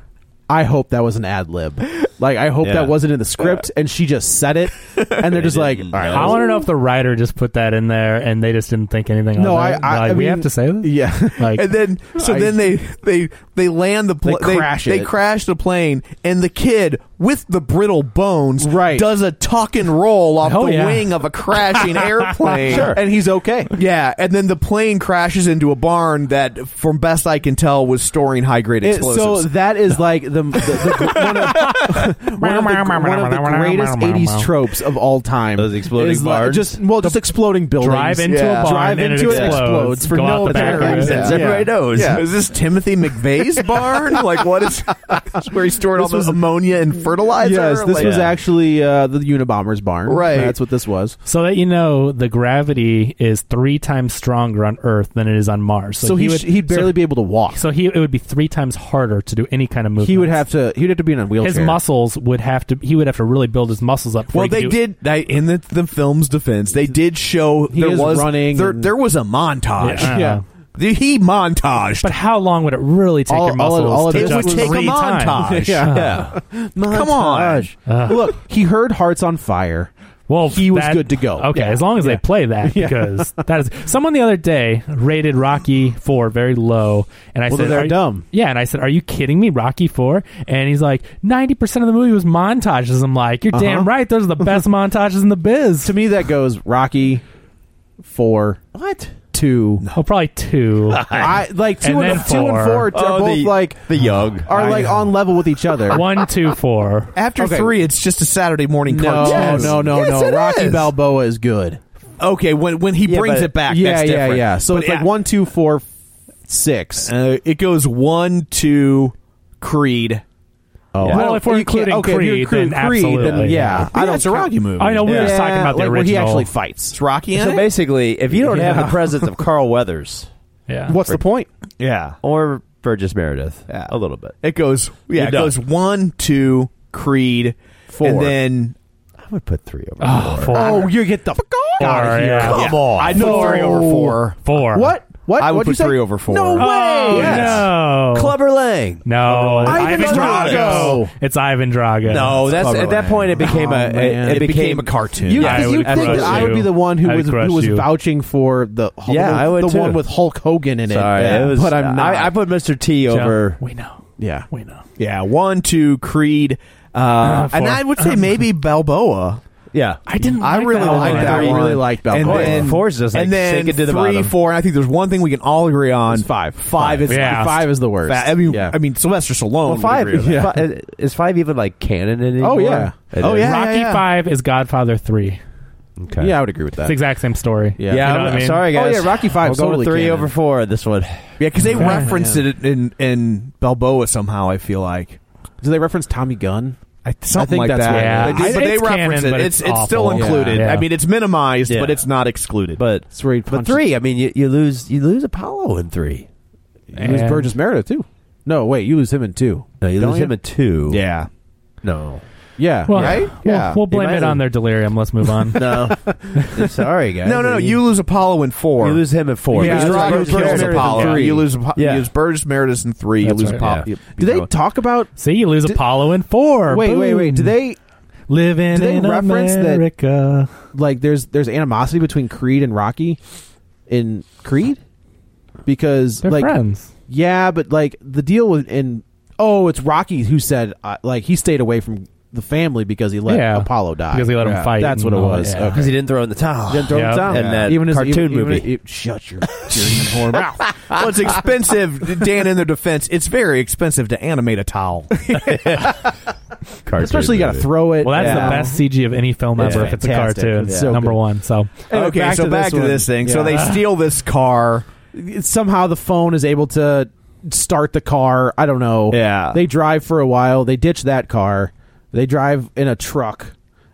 B: I hope that was an ad lib. Like, I hope
D: Yeah.
B: that wasn't in the script, and she just said it, and they're just like, all
D: didn't.
B: right.
C: I want to know if the writer just put that in there and they just didn't think anything.
B: No,
C: of
B: I.
C: it.
B: I,
C: Like,
B: I
C: we
B: mean-
C: have to say this.
B: Yeah.
C: Like,
A: and then so
B: I-
A: then they they they land the plane
B: They crash
A: they,
B: it.
A: crash the plane and the kid with the brittle bones
B: Right.
A: does a tuck and roll off
C: Oh,
A: the
C: yeah.
A: wing of a crashing airplane
B: Sure.
A: and
B: And he's okay.
A: yeah and then the plane crashes into a barn that from best i can tell was storing high grade
B: It- so
A: explosives
B: that is like the, the, the one, of, one of the, one of the greatest '80s tropes of all time.
D: Those exploding
B: Is like-
D: barns?
B: Just well, just exploding buildings.
C: drive into
A: yeah.
C: a barn
B: Drive
C: and
B: into
C: it
B: it,
C: explodes,
B: explodes for
C: go out
B: no
C: the back
B: apparent
C: of it.
B: reason.
D: As
B: Yeah.
D: everybody knows.
A: yeah. Is this Timothy McVeigh's barn? Like, what is that's where he stored all
B: This
A: the
B: was-
A: ammonia and fertilizer?
B: Yes, this
A: Like-
B: was
D: Yeah.
B: actually uh, the Unabomber's barn.
A: Right.
B: that's what this was.
C: So that you know, the gravity is three times stronger on Earth than it is on Mars.
B: So, he,
C: would
B: sh- he'd barely
C: so,
B: be able to walk.
C: So he it would be three times harder to do any kind of movement.
B: he would have to. He'd have to be in a wheelchair.
C: his muscles would have to. He would have to really build his muscles up. before
A: Well,
C: he could
A: they
C: do-
A: did they, in the, the film's defense. They did show
B: He
A: there
B: is
A: was
B: running
A: There,
B: and-
A: there was a montage.
C: Yeah.
B: Yeah.
A: The he montage.
C: But how long would it really take
B: All-
C: your
B: all it-
C: muscles
B: all it
C: to
B: is
C: adjust
B: was- It would take a
C: three times?
B: montage. Yeah.
A: Come on.
B: Montage. Look, he heard Hearts on Fire.
C: Well,
B: he was
C: that-
B: good to go.
C: Okay,
B: Yeah.
C: as long as
B: Yeah.
C: they play that,
B: Yeah.
C: because that is someone the other day rated Rocky Four very low, and I
B: Well,
C: said
B: they're
C: "Are you-"
B: dumb.
C: Yeah, and I said, "Are you kidding me, Rocky Four? And he's like, "90 percent of the movie was montages." I'm like, "You're
B: Uh-huh.
C: damn right. Those are the best montages in the biz."
B: To me, that goes Rocky four.
D: What?
B: Two.
C: Oh, probably two.
B: I like two
C: And
B: and,
C: then
B: two and four are
D: Oh,
B: both
D: the-
B: like
D: the young.
B: are like on level with each other.
C: One, two, four.
A: After
B: Okay.
A: three, it's just a Saturday morning
B: No,
A: cartoon.
B: no, no,
A: Yes,
B: no.
A: it
B: Rocky
A: is.
B: Balboa is good.
A: Okay, when when he
D: Yeah,
A: brings
D: but-
A: it back,
B: yeah,
A: that's
B: yeah,
A: different.
B: yeah. So
A: But
B: it's like
A: yeah,
B: one, two, four, six.
A: Uh, it goes one, two, Creed.
B: Oh,
C: Well,
B: I don't-
C: if we're
B: you can't-
C: including
B: okay, if you're
C: Creed, then
B: including Creed, then
C: absolutely.
B: yeah,
C: Yeah,
B: I don't.
A: it's a Rocky movie.
C: I know we were just talking about the
B: like, where he
C: original.
B: actually fights.
A: It's Rocky in
D: So
A: it?
D: basically, if you don't have
C: Yeah.
D: the presence of Carl Weathers
C: Yeah.
B: What's the point?
A: Yeah,
D: or Burgess Meredith, a little bit,
A: it goes. Yeah,
D: You're
A: it
D: done.
A: goes one, two, Creed,
B: Four.
A: and then
D: I would put three over.
C: Oh,
D: four.
C: four.
B: Oh, you get the fuck
C: Four,
B: out of here!
C: yeah.
A: Yeah. I know
B: Four.
A: three over four.
C: Four.
B: What? What?
A: I would
B: What'd you
A: put
B: say?
A: three over four.
B: No way.
C: Oh
B: Yes.
C: no!
D: Clubber Lang.
C: No,
B: Ivan Drago.
C: It's Ivan Drago.
D: No, that's
A: Clubber
D: at that
A: Lang.
D: point it became
B: Oh,
D: a
B: man.
D: it,
B: It
D: became,
A: became a cartoon.
B: You,
C: I
B: because
C: would
B: you'd think
C: crush
B: that I would be
C: you.
B: the one who
C: I would
B: was
C: crush
B: who was
C: you.
B: vouching for the Hulk-
D: Yeah, I would
B: the
D: too.
B: one with Hulk Hogan in it.
D: Sorry,
B: Yeah.
D: it was,
B: but I'm not.
D: I, I put Mr. T
C: Joe,
D: over.
C: We know.
B: yeah,
C: We know.
A: yeah, one, two, Creed, uh, and
C: four.
A: I would say maybe Balboa.
D: Yeah,
C: I didn't.
A: I
C: like
A: really
C: that
A: like
C: one.
A: that
D: Three
A: one.
D: really liked
A: And
D: Balboa.
A: then
D: Four's just like
A: and then
D: shake it to the
A: three,
D: bottom.
A: four. And I think there's one thing we can all agree on:
B: It's five.
A: Five is
C: Yeah.
B: five is the worst.
A: Fa- I mean,
B: Yeah.
A: I mean, Sylvester Stallone.
D: Well,
A: would
D: five,
A: agree with that.
D: yeah. fi- is five even like canon anymore?
B: Oh, yeah.
D: It
A: Oh,
D: is.
A: yeah.
C: Rocky Five is Godfather Three.
D: Okay.
B: yeah, I would agree with that.
C: It's the exact same story.
B: Yeah.
D: Yeah,
C: You know
D: I'm,
C: what I mean?
D: sorry
B: Oh,
D: guys.
B: yeah, Rocky Five
D: We'll go
B: totally
D: with three
B: canon.
D: over four. This one.
A: Yeah, because they
C: Yeah,
A: referenced
C: yeah.
A: it in in Balboa somehow. I feel like
B: Do they reference Tommy Gunn?
A: I, something
B: think
A: like
B: that's
A: that.
B: what it
C: Yeah.
A: They do,
C: is.
A: but they
C: Uh, It's canon,
A: reference it.
C: but
A: it's
C: it's
A: it's still
C: awful.
A: included.
C: Yeah.
A: I mean, it's minimized,
D: Yeah.
A: but it's not excluded.
D: But
B: That's where he
D: but
B: punched-
D: three. I mean, you, you lose you lose Apollo in three.
B: You lose
C: And-
B: Burgess Meredith too. No, wait, you lose him in two.
D: No, you
B: Don't
D: lose him in two.
A: yeah,
D: No.
B: Yeah,
C: Well,
B: right.
C: We'll,
B: yeah,
C: we'll blame
D: Imagine-
C: it on their delirium. Let's move on.
D: No. I'm sorry, guys.
A: no, no, no.
D: I mean,
A: You lose Apollo in four.
D: you lose him in four.
A: You
B: Yeah,
A: lose
D: You lose
B: right.
A: Rocky
D: Burgess
A: kills
D: Meredith in
A: Apollo.
D: three.
A: You lose. Apo-
D: Yeah.
A: You lose Burgess Meredith in three.
D: That's
A: you lose
D: right.
A: Apollo.
D: Yeah.
B: Do they talk about?
C: See, you lose Apollo in four.
B: Wait, wait, wait. Do
C: Boom.
B: they
C: living
B: do they
C: in
B: reference that-
C: America?
B: like? There's there's animosity between Creed and Rocky in Creed because
C: They're
B: like
C: friends.
B: yeah, but like the deal with in oh, it's Rocky who said uh, like he stayed away from the family because he let
C: Yeah.
B: Apollo die
C: Because he let him
B: Yeah.
C: fight
B: That's
C: and
B: what it
C: all
B: was.
C: that, yeah.
B: Okay.
D: Because he didn't throw in the towel.
B: Didn't throw
C: Yeah.
B: him down.
D: And that
B: even as-
D: cartoon
B: even- even
D: movie.
B: if- shut your dirty whore mouth.
A: well, it's expensive. Dan, in their defense, it's very expensive to animate a towel.
D: Cartoon
B: Especially you got to
D: movie.
B: throw it.
C: Well, that's
B: down.
C: the best CG of any film
B: It's
C: ever. If it's a
B: fantastic.
C: cartoon,
B: It's so
C: number
B: good.
C: one. So
B: Anyway,
A: okay,
B: back
A: so
B: to
A: back
B: this
A: to
B: one.
A: this thing. So
B: Yeah.
A: they steal this car.
B: somehow the phone is able to start the car. I don't know.
A: Yeah.
B: They drive for a while. They ditch that car. They drive in a truck.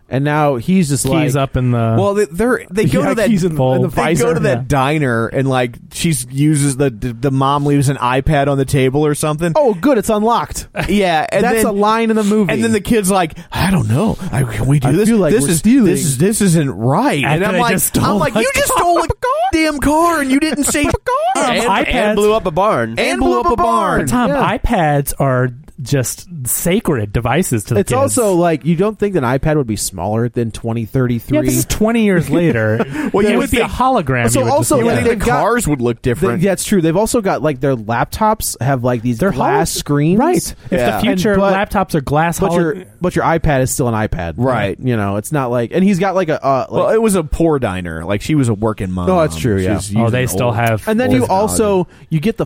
B: And now he's just
C: keys
B: like
C: up in the.
A: Well, they, they're they go
C: Yeah,
A: to that
C: he's in the- in the
A: they
C: visor.
A: go to that
C: Yeah.
A: diner and like she uses the, the mom leaves an iPad on the table or something.
B: Oh, good, it's unlocked.
A: yeah, and
B: that's
A: then,
B: a line in the movie.
A: And then the kid's like, I don't know, I, can we do
B: I
A: this?
B: feel like
A: this
B: we're
A: is
B: stealing."
A: this is this isn't right.
C: After
A: and I'm
C: they
A: like,
C: just stole
A: I'm like,
C: my
A: you just
C: car."
A: stole a damn car and you didn't say
C: Um,
A: and,
C: iPads.
D: And blew up a barn.
A: and blew up a barn.
C: But Tom,
B: Yeah.
C: iPads are just sacred devices to the
B: it's
C: kids.
B: also like you don't think an iPad would be smaller than twenty thirty three.
C: yeah, this is twenty years later.
A: Well,
C: it
A: you
C: would
A: would
C: be a
A: think-
C: hologram.
A: So
C: you would
A: also,
C: just
A: you
C: look
A: would
C: at.
A: think the
B: got-
A: cars would look different.
B: that's true. They've also got like their laptops have like these
C: They're
B: glass
C: holo-
B: screens,
C: Right. If
A: Yeah.
C: the future
B: And- but-
C: laptops are glass
B: But
C: holo-
B: your but your iPad is still an iPad,
A: Right.
B: You know, it's not like, and he's got like a uh, like,
A: well, it was a poor diner. Like she was a working mom.
B: No, that's true, yeah.
A: She's
C: oh,
A: using
C: they
A: old-
C: still have.
B: And then
C: old
B: you
C: technology.
B: also you get the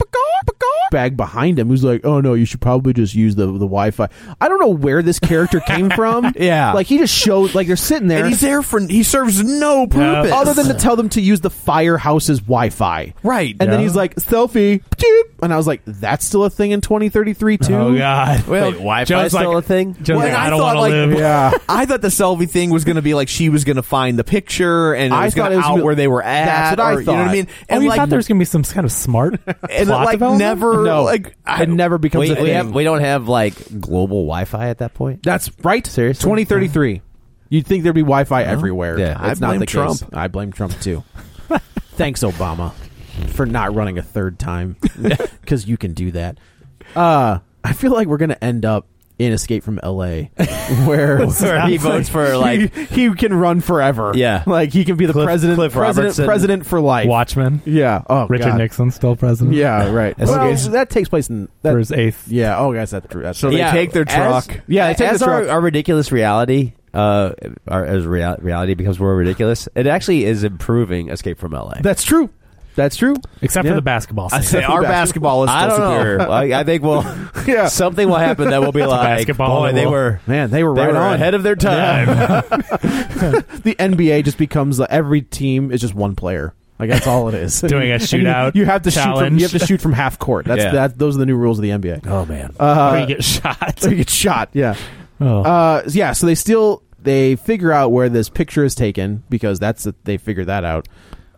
B: bag behind him who's like, "Oh no, you should probably just use the the Wi-Fi." I don't know where this character came from.
A: Yeah.
B: like he just showed like they're sitting there,
A: and he's there for he serves no purpose
B: other than to tell them to use the firehouse's Wi-Fi,
A: Right.
B: And then
C: Yeah.
B: he's like, "Selfie," Boop. and I was like, "That's still a thing in 2033 too."
C: Oh God!
A: Well,
C: Joe's like,
D: still a thing?
C: Joe's
A: Well,
C: like,
A: and
C: I
A: I
C: don't
A: thought,
C: want to
A: like,
C: live.
B: Yeah.
A: I thought the selfie thing was going to be like she was going to find the picture and it
B: I
A: was
B: thought
A: going
B: it
A: to
B: was
A: out
B: gonna-
A: where they were at.
B: That's what I
A: or- You know what
B: thought.
A: I mean?
C: Oh,
A: And
C: you
A: like,
C: thought there was gonna be some kind of smart
A: and it,
C: plot
A: like
C: development?
A: never,
B: No.
A: like I
B: it never becomes
D: We,
B: a thing.
D: we, have, we don't have like global Wi-Fi at that point.
B: That's right.
D: Seriously?
B: 2033. You'd think there'd be Wi-Fi everywhere.
D: Yeah.
B: That's
A: I
B: not
A: blame
B: the case.
A: Trump.
B: I blame Trump too. Thanks, Obama. for not running a third time because you can do that. Uh, I feel like we're gonna end up in Escape from L.A. where,
D: That's
B: where
D: not funny.
B: he, he can run forever.
D: Yeah.
B: like he can be the
D: Cliff-
B: president,
D: Cliff
B: president,
D: Robertson.
B: president for life.
C: Watchmen.
B: Yeah. Oh,
C: Richard
B: God.
C: Nixon still president.
B: Yeah, right.
C: As-
B: well,
C: as-
B: that takes place in that,
C: for his eighth.
B: Yeah. Oh, guys, that's true. That's
A: So
B: true.
A: they
D: Yeah,
A: take their
D: as-
A: truck.
B: Yeah, they take
D: as
B: the
D: our,
B: truck.
D: our ridiculous reality, uh, our, as real, reality becomes more ridiculous, it actually is improving Escape from LA.
B: That's true. That's true.
C: Except
B: Yeah.
C: for the basketball scene.
A: I say our basketball is still
D: I don't
A: superior.
D: know. I, I think we'll
B: Yeah.
D: something will happen that will be like,
C: basketball
D: boy, they
C: world.
D: were
B: Man, they were
D: they
B: right
D: were
B: on
D: ahead of their time.
B: the NBA just becomes like, every team is just one player. Like that's all it is.
C: Doing a
B: And
C: shootout
B: You, you have to shoot. From,
C: challenge.
B: you have to shoot from half court. That's
D: Yeah.
B: that. Those are the new rules of the NBA.
D: Oh man,
C: Or you get shot.
B: So you get shot. Yeah.
C: Oh.
B: Uh, yeah. So they still they figure out where this picture is taken because that's the, they figure that out.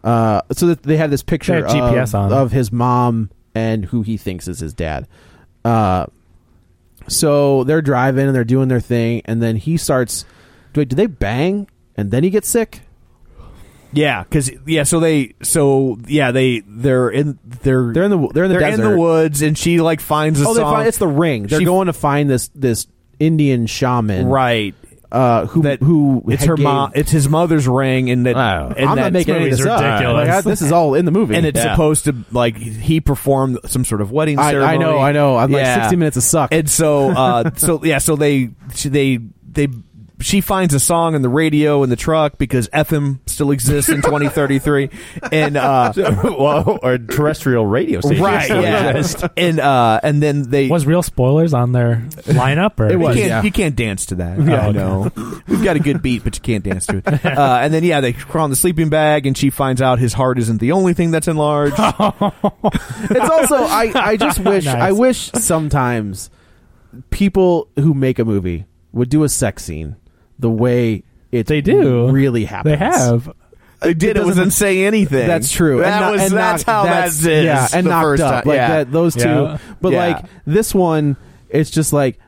B: Uh, so that they have this picture
C: They have GPS
B: of,
C: on.
B: of his mom and who he thinks is his dad. Uh, so they're driving and they're doing their thing, and then he starts. Wait, do they bang? And then he gets sick.
A: Yeah, because yeah, so they so yeah they they're in they're
B: They're in the they're in the
A: they're in
B: desert.
A: the woods and she like finds a
B: oh, they
A: song.
B: find, it's the ring. They're
A: She-
B: going to find this this Indian shaman,
A: right.
B: Uh, who
A: That
B: who
A: it's
B: had
A: her
B: gave-
A: mom. It's his mother's ring, and that
D: Wow.
A: Oh. and
B: I'm
A: that
B: not making any of
C: movie's
B: this up.
C: ridiculous.
B: Like, I- this is all in the movie,
A: and it's
D: Yeah.
A: supposed to like he performed some sort of wedding
B: I,
A: ceremony.
B: I know, I know. I'm
A: Yeah.
B: like 60 minutes of suck.
A: And so, uh, so yeah, so they she, they they she finds a song in the radio in the truck because FM still exists in 2033, and uh,
D: well, or terrestrial radio station,
A: right, yeah, and uh, and then they
C: was real spoilers on their lineup? Or
B: It was.
A: You can't,
B: yeah.
A: you can't dance to that.
C: Yeah,
A: I
C: okay.
A: know. We've got a good beat, but you can't dance to it. Uh, and then, yeah, they crawl in the sleeping bag, and she finds out his heart isn't the only thing that's enlarged.
B: it's also I, I just wish
C: Nice.
B: I wish sometimes people who make a movie would do a sex scene the way it
C: They do.
B: really happens.
C: They have.
A: it did. It wasn't say anything.
B: That's true.
A: That
B: not-
A: was. that's
B: knocked-
A: how
B: that's-
A: that's, that is.
B: Yeah, and
A: the
B: knocked
A: first
B: up
A: time.
B: like
A: yeah.
B: that. Those two,
C: Yeah.
B: but
A: Yeah.
B: like this one, it's just like,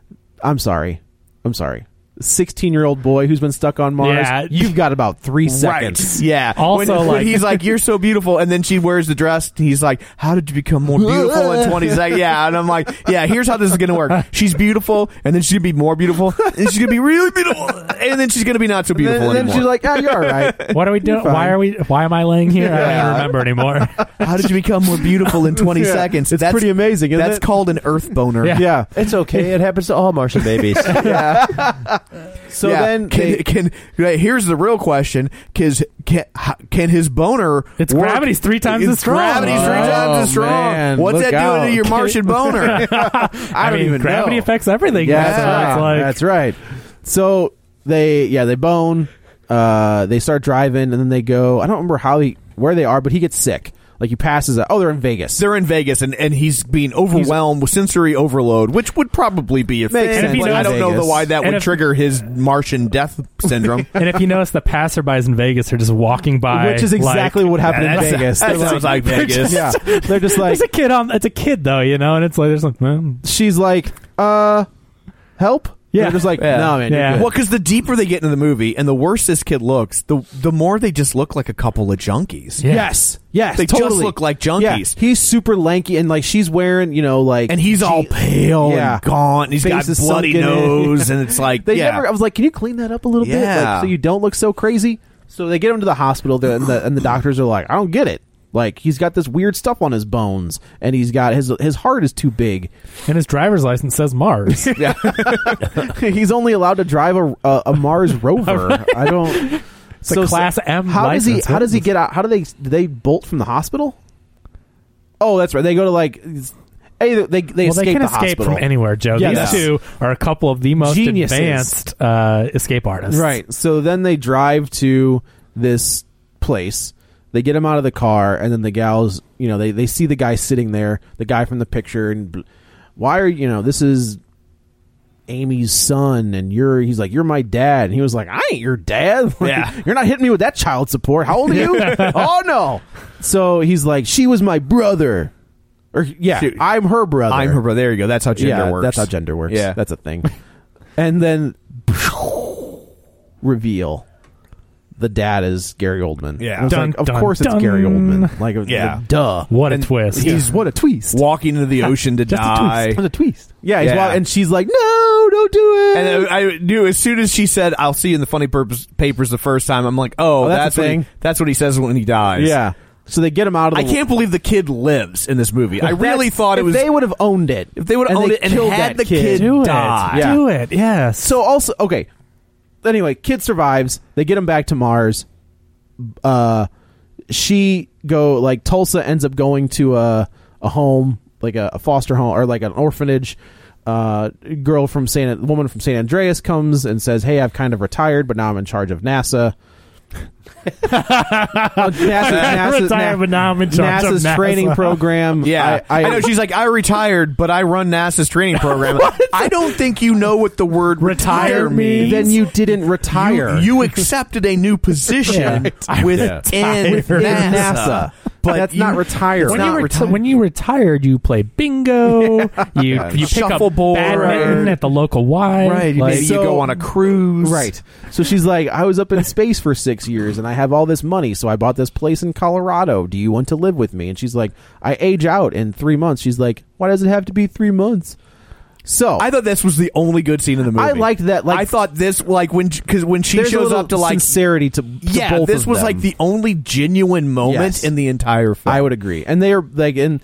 B: I'm sorry, I'm sorry. Sixteen year old boy who's been stuck on Mars.
C: Yeah.
B: You've got about three
A: Right.
B: seconds.
A: Yeah.
C: Also,
A: when,
C: like-
A: when he's like, "You're so beautiful," and then she wears the dress. And he's like, "How did you become more beautiful in 20 seconds?" Yeah, and I'm like, "Yeah, here's how this is gonna work. She's beautiful, and then she's gonna be more beautiful, and she's gonna be really beautiful, and then she's gonna be not so
B: And then,
A: beautiful
B: and then
A: anymore."
B: she's like, "Ah, you're all right."
C: What are we doing?
B: fine.
C: Why are we? Why am I laying here? I don't even remember anymore.
A: How did you become more beautiful in 20
B: Yeah.
A: seconds?
B: It's
A: that's,
B: pretty amazing, isn't
A: that's
B: it?
A: called an earth boner.
C: Yeah.
B: yeah.
D: It's okay. It happens to all Martian babies.
B: So
A: Yeah.
B: then
A: can,
B: they,
A: can right, here's the real question: can, can ho- can his boner?
C: It's
A: work?
C: gravity's three times
A: It's
C: as strong.
A: Gravity's three
C: Oh,
A: times as strong.
B: man,
A: What's that
B: look
A: doing
B: out.
A: to your Martian boner? I don't
C: I, mean,
A: even
C: gravity
A: know.
C: affects everything.
B: yeah,
C: That's what
B: that's,
C: it's
B: right.
C: like.
B: That's right. So they yeah they bone. Uh, they start driving and then they go. I don't remember how he where they are, but he gets sick. Like he passes out. Oh, they're in Vegas.
A: They're in Vegas, and, and he's being overwhelmed with sensory overload, which would probably be a
B: Makes
A: thing.
C: sense.
A: Like, I don't know
B: Vegas.
A: the, why that
C: And
A: would
C: if-
A: trigger his Martian death syndrome.
C: And if you notice, the passerbys in Vegas are just walking by,
B: Which is exactly
C: like-
B: what happened in
A: that's-
B: Vegas.
A: that
B: They're
A: sounds like
B: they're
A: Vegas.
B: just- yeah, they're just like
C: There's a kid on. It's a kid though, you know, and it's like there's like, well,
B: she's like, uh, help.
C: Yeah.
B: they're just like
C: Yeah.
B: no man. you're
C: Yeah.
B: good."
A: Well, because the deeper they get into the movie, and the worse this kid looks, the the more they just look like a couple of junkies.
C: Yeah.
B: Yes, yes,
A: They just
B: totally.
A: look like junkies.
B: Yeah. He's super lanky and like she's wearing, you know, like
A: and he's all
B: she-
A: pale
B: Yeah.
A: and gaunt. And he's
B: Face
A: got
B: is
A: bloody
B: sunken in.
A: nose, and it's like
B: They
A: yeah.
B: never. oh, I was like, can you clean that up a little bit,
A: Yeah.
B: like, so you don't look so crazy? So they get him to the hospital, there, and the and the doctors are like, I don't get it. Like he's got this weird stuff on his bones, and he's got his his heart is too big.
C: and his driver's license says Mars.
B: he's only allowed to drive a a, a Mars rover. I don't.
C: a Class M
B: How does
C: license,
B: he? How does he
C: what is-
B: get out? How do they? Do they bolt from the hospital? Oh, that's right. They go to like. Hey, they they,
C: well,
B: escape
C: they can
B: the
C: escape
B: hospital.
C: from anywhere, Joe.
B: Yeah,
C: These
B: that's-
C: two are a couple of the most
B: Geniuses.
C: advanced uh, escape artists.
B: Right. So then they drive to this place. They get him out of the car, and then the gals, you know, they, they see the guy sitting there, the guy from the picture, and bl- why are you know this is Amy's son, and you're he's like you're my dad, and he was like I ain't your dad, Like,
A: Yeah.
B: you're not hitting me with that child support. How old are you? oh no. So he's like she was my brother, or yeah,
A: Shoot.
B: I'm her brother.
A: I'm her brother. There you go. That's how gender
B: yeah,
A: works.
B: That's how gender works.
A: Yeah.
B: that's a thing. and then reveal the dad is Gary Oldman.
A: Yeah.
B: And it's
A: Dun,
B: like, of
A: dun,
B: course
A: dun.
B: it's Gary Oldman. Like, yeah, duh.
C: What
B: And
C: a twist!
B: He's what a twist.
A: Walking into the ocean to
B: Just a
A: die.
B: twist. What a twist. Yeah, uh, he's
A: Yeah.
B: wild- and she's like, no, don't do it.
A: And I, I knew as soon as she said, "I'll see you in the funny purpose papers" the first time, I'm like, "Oh,
B: Oh, that's
A: that's
B: a
A: what he-
B: thing.
A: that's what he says when he dies."
B: yeah. So they get him out of.
A: I
B: the
A: can't believe the kid lives in this movie. I
B: That's-
A: really thought it
B: if
A: was.
B: they would have owned it.
A: If they would have
B: and
A: owned
B: they
A: it and
B: killed
A: had
B: that
A: the kid
C: Do it.
A: die.
B: Yeah.
C: Do it. Yes.
B: So also okay. Anyway, kid survives. They get him back to Mars. Uh, she go like Tulsa ends up going to a a home like a, a foster home or like an orphanage. Uh, girl from San woman from San Andreas comes and says, "Hey, I've kind of retired, but now I'm in charge of NASA." NASA, NASA's-
C: Retired, but now I'm in charge of
B: NASA's
C: NASA.
B: training program.
A: Yeah,
B: I, I-
A: know. She's like, I retired, but I run NASA's training program. I don't think you know what the word retire,
C: Retire means.
A: means.
B: then you didn't
A: You,
B: retire.
A: you accepted a new position
C: Yeah.
A: within
C: Yeah.
B: in
C: Yeah.
A: NASA.
B: NASA.
A: But
B: But that's
A: you-
B: not retire.
A: It's
C: when,
A: not
C: you reti-
A: retire.
C: when you retired, you play bingo. You you pick up
A: Shuffleboard.
C: badminton at the local Y.
A: Right, you
C: Like,
A: maybe you go on a cruise.
B: Right. So she's like, I was up in space for six years and I have all this money, so I bought this place in Colorado. Do you want to live with me? And she's like, I age out in three months. She's like, Why does it have to be three months? So
A: I thought this was the only good scene in the movie.
B: I liked that, like-
A: I thought this, like when because when she
B: there's a
A: shows
B: little
A: up to like,
B: sincerity to, to
A: yeah,
B: both
A: this
B: of
A: was
B: them.
A: like the only genuine moment
B: Yes.
A: in the entire film.
B: I would agree. And they are like, and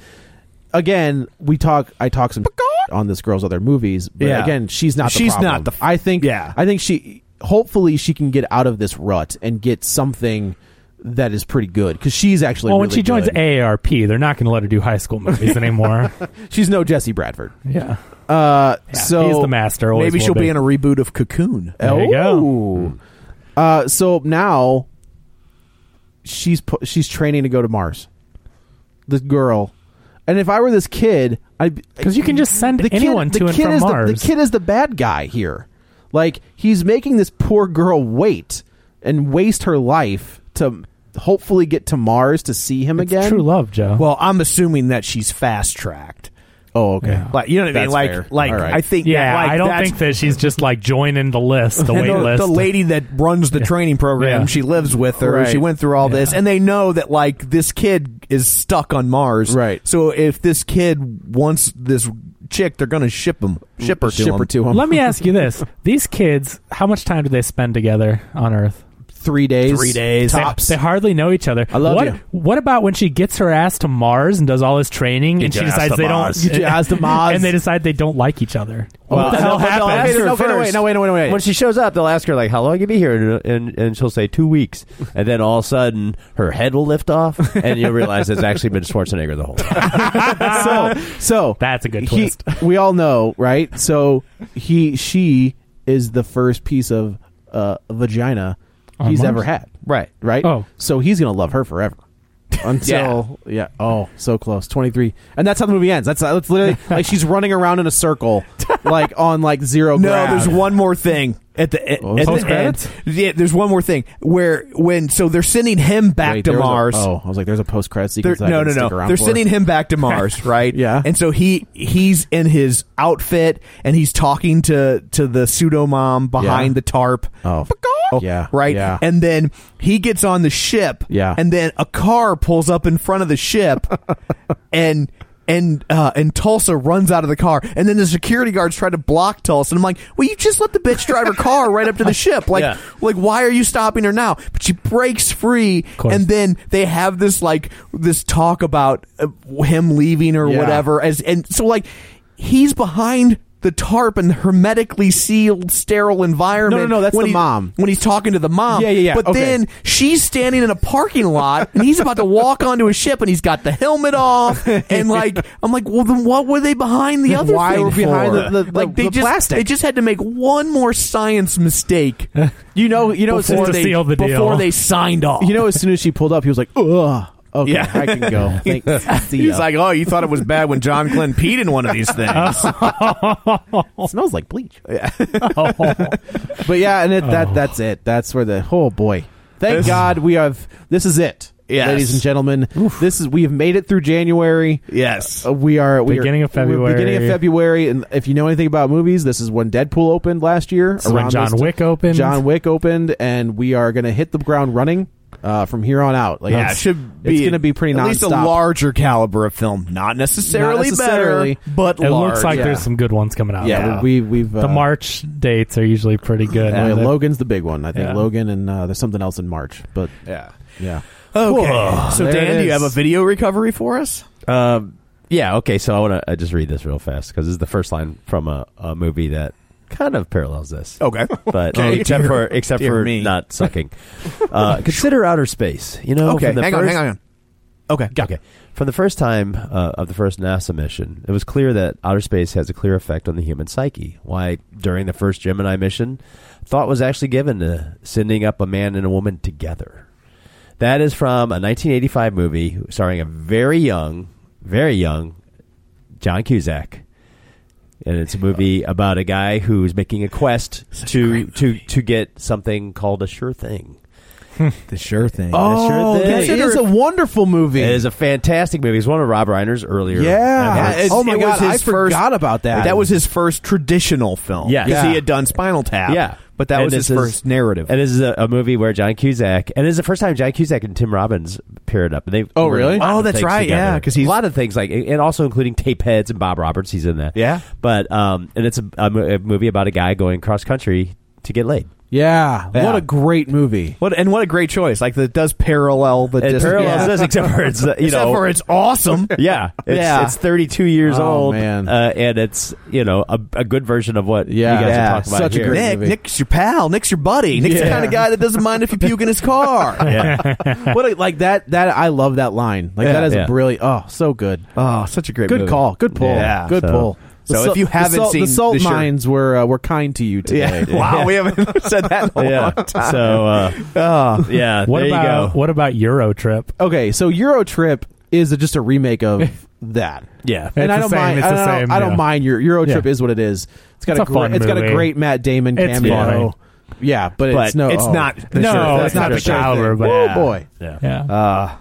B: again, we talk. I talk some on this girl's other movies, but
A: Yeah.
B: again, she's not. The
A: She's
B: problem.
A: not the-
B: I think.
A: Yeah.
B: I think she. Hopefully, she can get out of this rut and get something that is pretty good because she's actually.
C: Well,
B: really
C: when she joins
B: good.
C: AARP, they're not going to let her do high school movies anymore.
B: she's no Jesse Bradford.
C: yeah.
B: Uh, so
C: he's the master. Always
A: Maybe
C: will
A: she'll be in a reboot of Cocoon.
C: There you
B: Oh. Uh, so now she's pu- she's training to go to Mars. This girl, and if I were this kid, I
C: 'Cause you can just send
B: the
C: anyone
B: kid,
C: to
B: the
C: and
B: kid
C: from
B: is The,
C: Mars.
B: the kid is the bad guy here. Like he's making this poor girl wait and waste her life to hopefully get to Mars to see him
C: It's
B: again.
C: True love, Joe.
A: Well, I'm assuming that she's fast tracked.
B: Oh, okay.
C: Yeah.
A: Like you know what I mean?
B: That's
A: Like
B: fair.
A: like
B: All right.
A: I think
C: yeah,
A: that, like,
C: I don't
A: that's-
C: think that she's just like joining the list, the
A: and
C: wait
A: the,
C: list.
A: the lady that runs the training program,
C: Yeah.
A: she lives with her.
B: Right.
A: She went through all this,
C: Yeah.
A: and they know that like this kid is stuck on Mars.
B: Right.
A: So if this kid wants this chick, they're gonna ship him, ship her,
B: Ship
A: to
B: her
A: him.
B: to him.
C: Let me ask you this: These kids, how much time do they spend together on Earth?
B: three days.
A: Three days.
C: They-
B: tops.
C: They, hardly know each other.
B: I love
C: what,
B: you.
C: What about when she gets her ass to Mars and does all this training, and she
A: your ass
C: decides
A: to
C: they
A: Mars.
C: don't
B: Get your ass to Mars.
C: and they decide they don't like each other?
D: Well,
C: what the
D: and
C: hell
D: they'll- they'll
C: happened?
B: no,
D: ask her
B: wait, no,
D: first.
B: wait, no, wait, no, wait, wait.
D: When she shows up, they'll ask her like, "How long you be here?" And, and and she'll say two weeks, and then all of a sudden her head will lift off, and you'll realize it's actually been Schwarzenegger the whole time.
B: so so
C: That's a good
B: he-
C: twist.
B: we all know, right? So he she is the first piece of uh, vagina
C: On
B: he's
C: Mars?
B: ever had.
D: Right.
B: Right?
C: Oh.
B: So he's gonna love her forever. Until yeah. Oh, so close. Twenty three. And that's how the movie ends. That's that's literally like she's running around in a circle like on like zero
A: No,
B: grav.
A: there's one more thing at the at,
B: Oh,
A: at the
C: post-credits?
A: end. Yeah, there's one more thing where when so they're sending him back
B: Wait,
A: to
B: there was a-
A: Mars.
B: oh, I was like, there's a post credit
A: They're,
B: sequence. that I
A: no, no,
B: didn't
A: no.
B: stick around
A: They're
B: for.
A: sending him back to Mars, right?
B: Yeah.
A: And so he he's in his outfit and he's talking to to the pseudo mom behind
B: Yeah.
A: the tarp.
B: Oh.
A: Pecaw!
B: Yeah,
A: Right.
B: yeah.
A: And then he gets on the ship.
B: Yeah.
A: And then a car pulls up in front of the ship, and. And uh, and Tulsa runs out of the car, and then the security guards try to block Tulsa. And I'm like, well, you just let the bitch drive her car right up to the ship. Like,
D: Yeah.
A: like why are you stopping her now? But she breaks free,
C: course.
A: and then they have this like this talk about uh, him leaving or
B: Yeah.
A: whatever as and so like he's behind the tarp and hermetically sealed sterile environment
B: No, no, no, that's
A: when
B: the
A: he-
B: mom.
A: when he's talking to the mom
B: Yeah, yeah, yeah,
A: but
B: okay.
A: then she's standing in a parking lot and he's about to walk onto a ship and he's got the helmet off and like i'm like well then what were they behind the other
B: Why
A: thing
B: were behind
A: for?
B: the- the- the-
A: like they
B: the
A: just
B: plastic?
A: they just had to make one more science mistake
B: You know you know it's
C: Before
B: just
C: to
B: a-
C: seal the deal.
A: before they signed off
B: You know, as soon as she pulled up, he was like, "Ugh, okay,
A: Yeah.
B: I can go." Thanks. See
A: He's
B: ya.
A: like, oh, you thought it was bad when John Glenn peed in one of these things.
B: it smells like bleach. but yeah, and it, that that's it. That's where the oh boy. Thank God we have. This is it.
D: Yes. ladies and gentlemen. This is we have made it through January.
B: Yes,
D: Uh, we are we are-
C: Beginning of
D: we're
C: February.
D: Beginning of February, and if you know anything about movies, this is when Deadpool opened last year.
C: This is when
D: around
C: John
D: this-
C: Wick opened.
D: John Wick opened, and we are going to hit the ground running uh, from here on out. Like
B: Yeah,
D: it's-
B: it should be
D: It's going to be pretty
B: at least a
D: nonstop.
B: larger caliber of film, not necessarily,
D: Not necessarily.
B: better, but
C: it
B: large.
C: looks like there's some good ones coming out.
D: Yeah, we- we've,
C: the
D: uh,
C: March dates are usually pretty good.
D: Yeah,
C: They're-
D: Logan's the big one. I think
C: Yeah.
D: Logan and uh, there's something else in March, but yeah, yeah.
B: Okay,
D: Whoa,
B: so
D: there it
B: Dan, do you
D: is.
B: have a video recovery for us?
A: Um, yeah, okay, so I want to just read this real fast because this is the first line from a, a movie that kind of parallels this.
B: Okay.
A: But
B: Oh, Okay,
A: except
B: dear-
A: for except
B: dear
A: for
B: me.
A: not sucking. Uh, consider outer space. You know,
B: Okay,
A: from the
B: hang on,
A: first,
B: hang on, hang on. Okay, got
A: Okay. From the first time uh, of the first NASA mission, it was clear that outer space has a clear effect on the human psyche. Why, during the first Gemini mission, thought was actually given to sending up a man and a woman together. That is from a 1985 movie starring a very young, very young John Cusack. And it's a movie about a guy who's making a quest to, to, to get something called a sure thing.
B: the sure thing.
A: Oh, sure thing.
D: it is a wonderful movie.
A: It is a fantastic movie. It's one of Rob Reiner's earlier.
D: Yeah.
A: efforts.
B: it's-
D: oh my
B: it
D: god,
B: was his
D: I forgot
B: first-
D: about that.
B: That was his first traditional film.
A: Yes.
B: 'Cause
A: Yeah.
B: he had done Spinal Tap.
A: Yeah.
B: but that
A: And
B: was
A: this
B: his
A: is-
B: first narrative.
A: And this is a, a movie where John Cusack, and this is the first time John Cusack and Tim Robbins paired up. And they
D: Oh,
A: were in a
D: really?
A: lot
B: Oh,
A: of
B: that's
A: things
B: right, yeah,
A: together.
B: 'cause he's-
A: a lot of things like, and also including Tape Heads and Bob Roberts. He's in that.
B: Yeah.
A: but um, and it's a, a mo- a movie about a guy going cross country to get laid.
D: yeah,
B: Yeah.
D: What a great movie.
B: What and what a great choice! Like that does parallel the
A: It
B: dis-
A: parallels this, except for it's uh, you
B: Except
A: know
B: for it's awesome.
A: yeah, it's,
B: Yeah.
A: it's 32 years
D: Oh,
A: old,
D: man.
A: Uh, and it's you know a, a good version of what
D: Yeah.
A: you guys
D: Yeah.
A: are talking about.
D: Such a
A: here.
D: great
B: Nick,
D: movie.
B: Nick's your pal. Nick's your buddy. Nick's the
D: Yeah.
B: kind of guy that doesn't mind if you puke in his car.
D: what a, like that that I love that line. Like
A: Yeah,
D: that is
A: yeah.
D: a brilliant. Oh, so good.
B: Oh, such a great
D: good
B: movie.
D: call. Good pull.
B: Yeah,
D: good
A: so-
D: pull.
B: so
D: The
B: if
D: salt-
B: you
D: the
B: haven't
D: salt-
B: seen
D: the salt
B: the shirt-
D: mines were uh, were kind to you today.
B: Yeah. Wow, we haven't said that in a
A: Yeah.
B: long time.
A: So uh,
B: Oh.
A: yeah,
C: what
A: there
C: about
A: you go.
C: what about Euro Trip?
D: Okay, so Euro Trip is just a remake of that.
A: Yeah,
C: It's
D: and I
C: the
D: don't
C: same,
D: mind.
C: it's
D: I
C: the
D: don't,
C: same,
D: I don't
C: yeah.
D: mind. Your Euro Trip
C: Yeah.
D: is what it is. It's got
C: It's
D: a,
C: a fun
D: great, it's got a
C: movie.
D: great Matt Damon
C: It's
D: cameo.
C: funny.
D: Yeah, but,
B: But
D: it's no.
B: it's
D: oh.
B: not the
C: No,
B: sure thing.
C: it's not
B: Sure
C: the caliber,
B: thing.
C: but-
B: Whoa,
C: Yeah.
B: boy.
A: yeah.
C: Yeah.
D: oh,
B: Uh,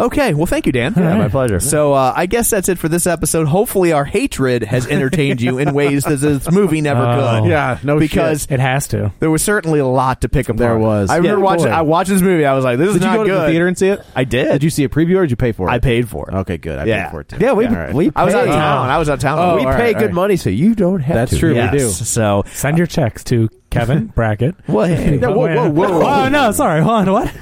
B: okay, well, thank you, Dan.
A: Yeah, my pleasure.
B: So uh, I guess that's it for this episode. Hopefully, our hatred has entertained you in ways that this movie never
C: Oh.
B: could.
D: Yeah, no
B: because
C: It has to.
B: there was certainly a lot to pick up.
D: There was.
B: I remember
D: Yeah,
B: watching.
D: boy.
B: I watched this movie. I was like, "This is
D: Did you
B: not
D: go to
B: good."
D: the theater and see it?
B: I did.
D: Did you see a preview or did you pay for it?
B: I paid for it.
D: Okay, good. I
B: yeah.
D: paid for it too.
B: Yeah, we
D: all right.
B: we. I was out of
A: paid.
B: town. I was out of town.
D: Oh,
B: we
D: all right,
B: paid
D: all
B: good money.
D: right.
A: money, so you don't have
D: That's
A: to.
D: true.
B: Yes.
D: We do.
B: So
C: Send your checks to Kevin Brackett.
B: Well, hey, no, whoa, whoa, whoa.
C: Oh no, sorry. Hold on, what?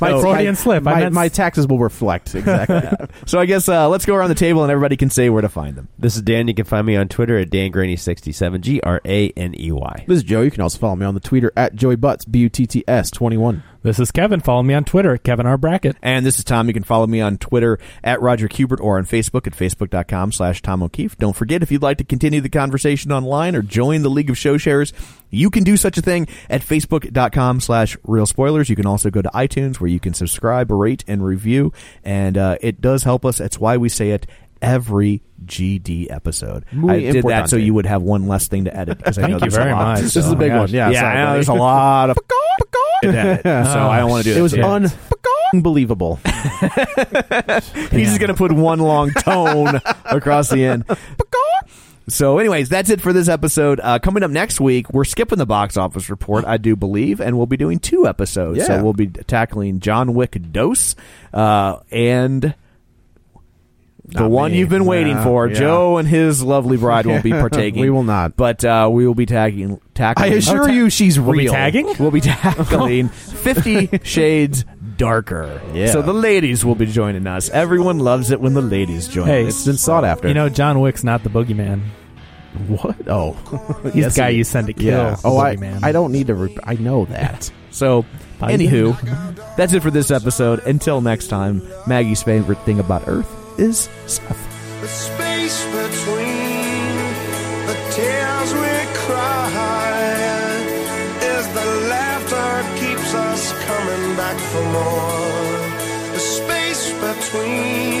D: My-
C: Freudian
D: my-
C: slip. I
D: My,
C: meant-
D: my taxes will reflect exactly.
B: so I guess uh, let's go around the table and everybody can say where to find them.
A: This is Dan. You can find me on Twitter at DanGraney67, G R A N E Y.
D: This is Joe. You can also follow me on the Twitter at Joey Butts B U T T S twenty one.
C: This is Kevin. Follow me on Twitter at Kevin R Brackett.
B: And this is Tom. You can follow me on Twitter at Roger Kubert or on Facebook at facebook.com slash Tom O'Keefe. Don't forget, if you'd like to continue the conversation online or join the League of Show Sharers, you can do such a thing at facebook.com slash real spoilers. You can also go to iTunes where you can subscribe, rate, and review. And uh, it does help us. That's why we say it every GD episode.
D: Muy
B: I did that so
D: importante.
B: you would have one less thing to edit because I
C: Thank
B: know
C: you
B: there's a
C: very
B: lot.
C: much. Oh,
D: This is a big one. Yeah,
B: Yeah,
D: sorry,
B: I know
D: buddy.
B: there's a lot of in that. so I don't want to do
D: It was
B: that to you.
D: un- unbelievable.
B: He's just going to put one long tone across the end. So, anyways, that's it for this episode. Uh, coming up next week, we're skipping the box office report, I do believe, and we'll be doing two episodes.
D: Yeah.
B: So, we'll be tackling John Wick Dose uh, and the
D: Not
B: one
D: me.
B: you've been waiting
D: No,
B: for.
D: yeah.
B: Joe and his lovely bride won't be partaking.
D: We will not.
B: But uh, we will be tagging,
D: I
B: tackling.
D: assure you, she's real.
C: We'll be tagging.
B: We'll be tackling 50 Shades Darker.
D: Yeah.
B: So the ladies will be joining us. Everyone loves it when the ladies join
C: Hey,
B: us.
D: It's been sought after.
C: You know, John Wick's not the boogeyman.
D: what? Oh,
C: He's the guy you send to kill.
D: yeah.
C: the
D: Oh, I,
C: boogeyman.
D: I don't need to. Re- I know that.
B: So, anywho, that's it for this episode. Until next time, Maggie's favorite thing about Earth is Seth.
E: The space between the tears we cry is the laughter keeps us coming back for more. The space between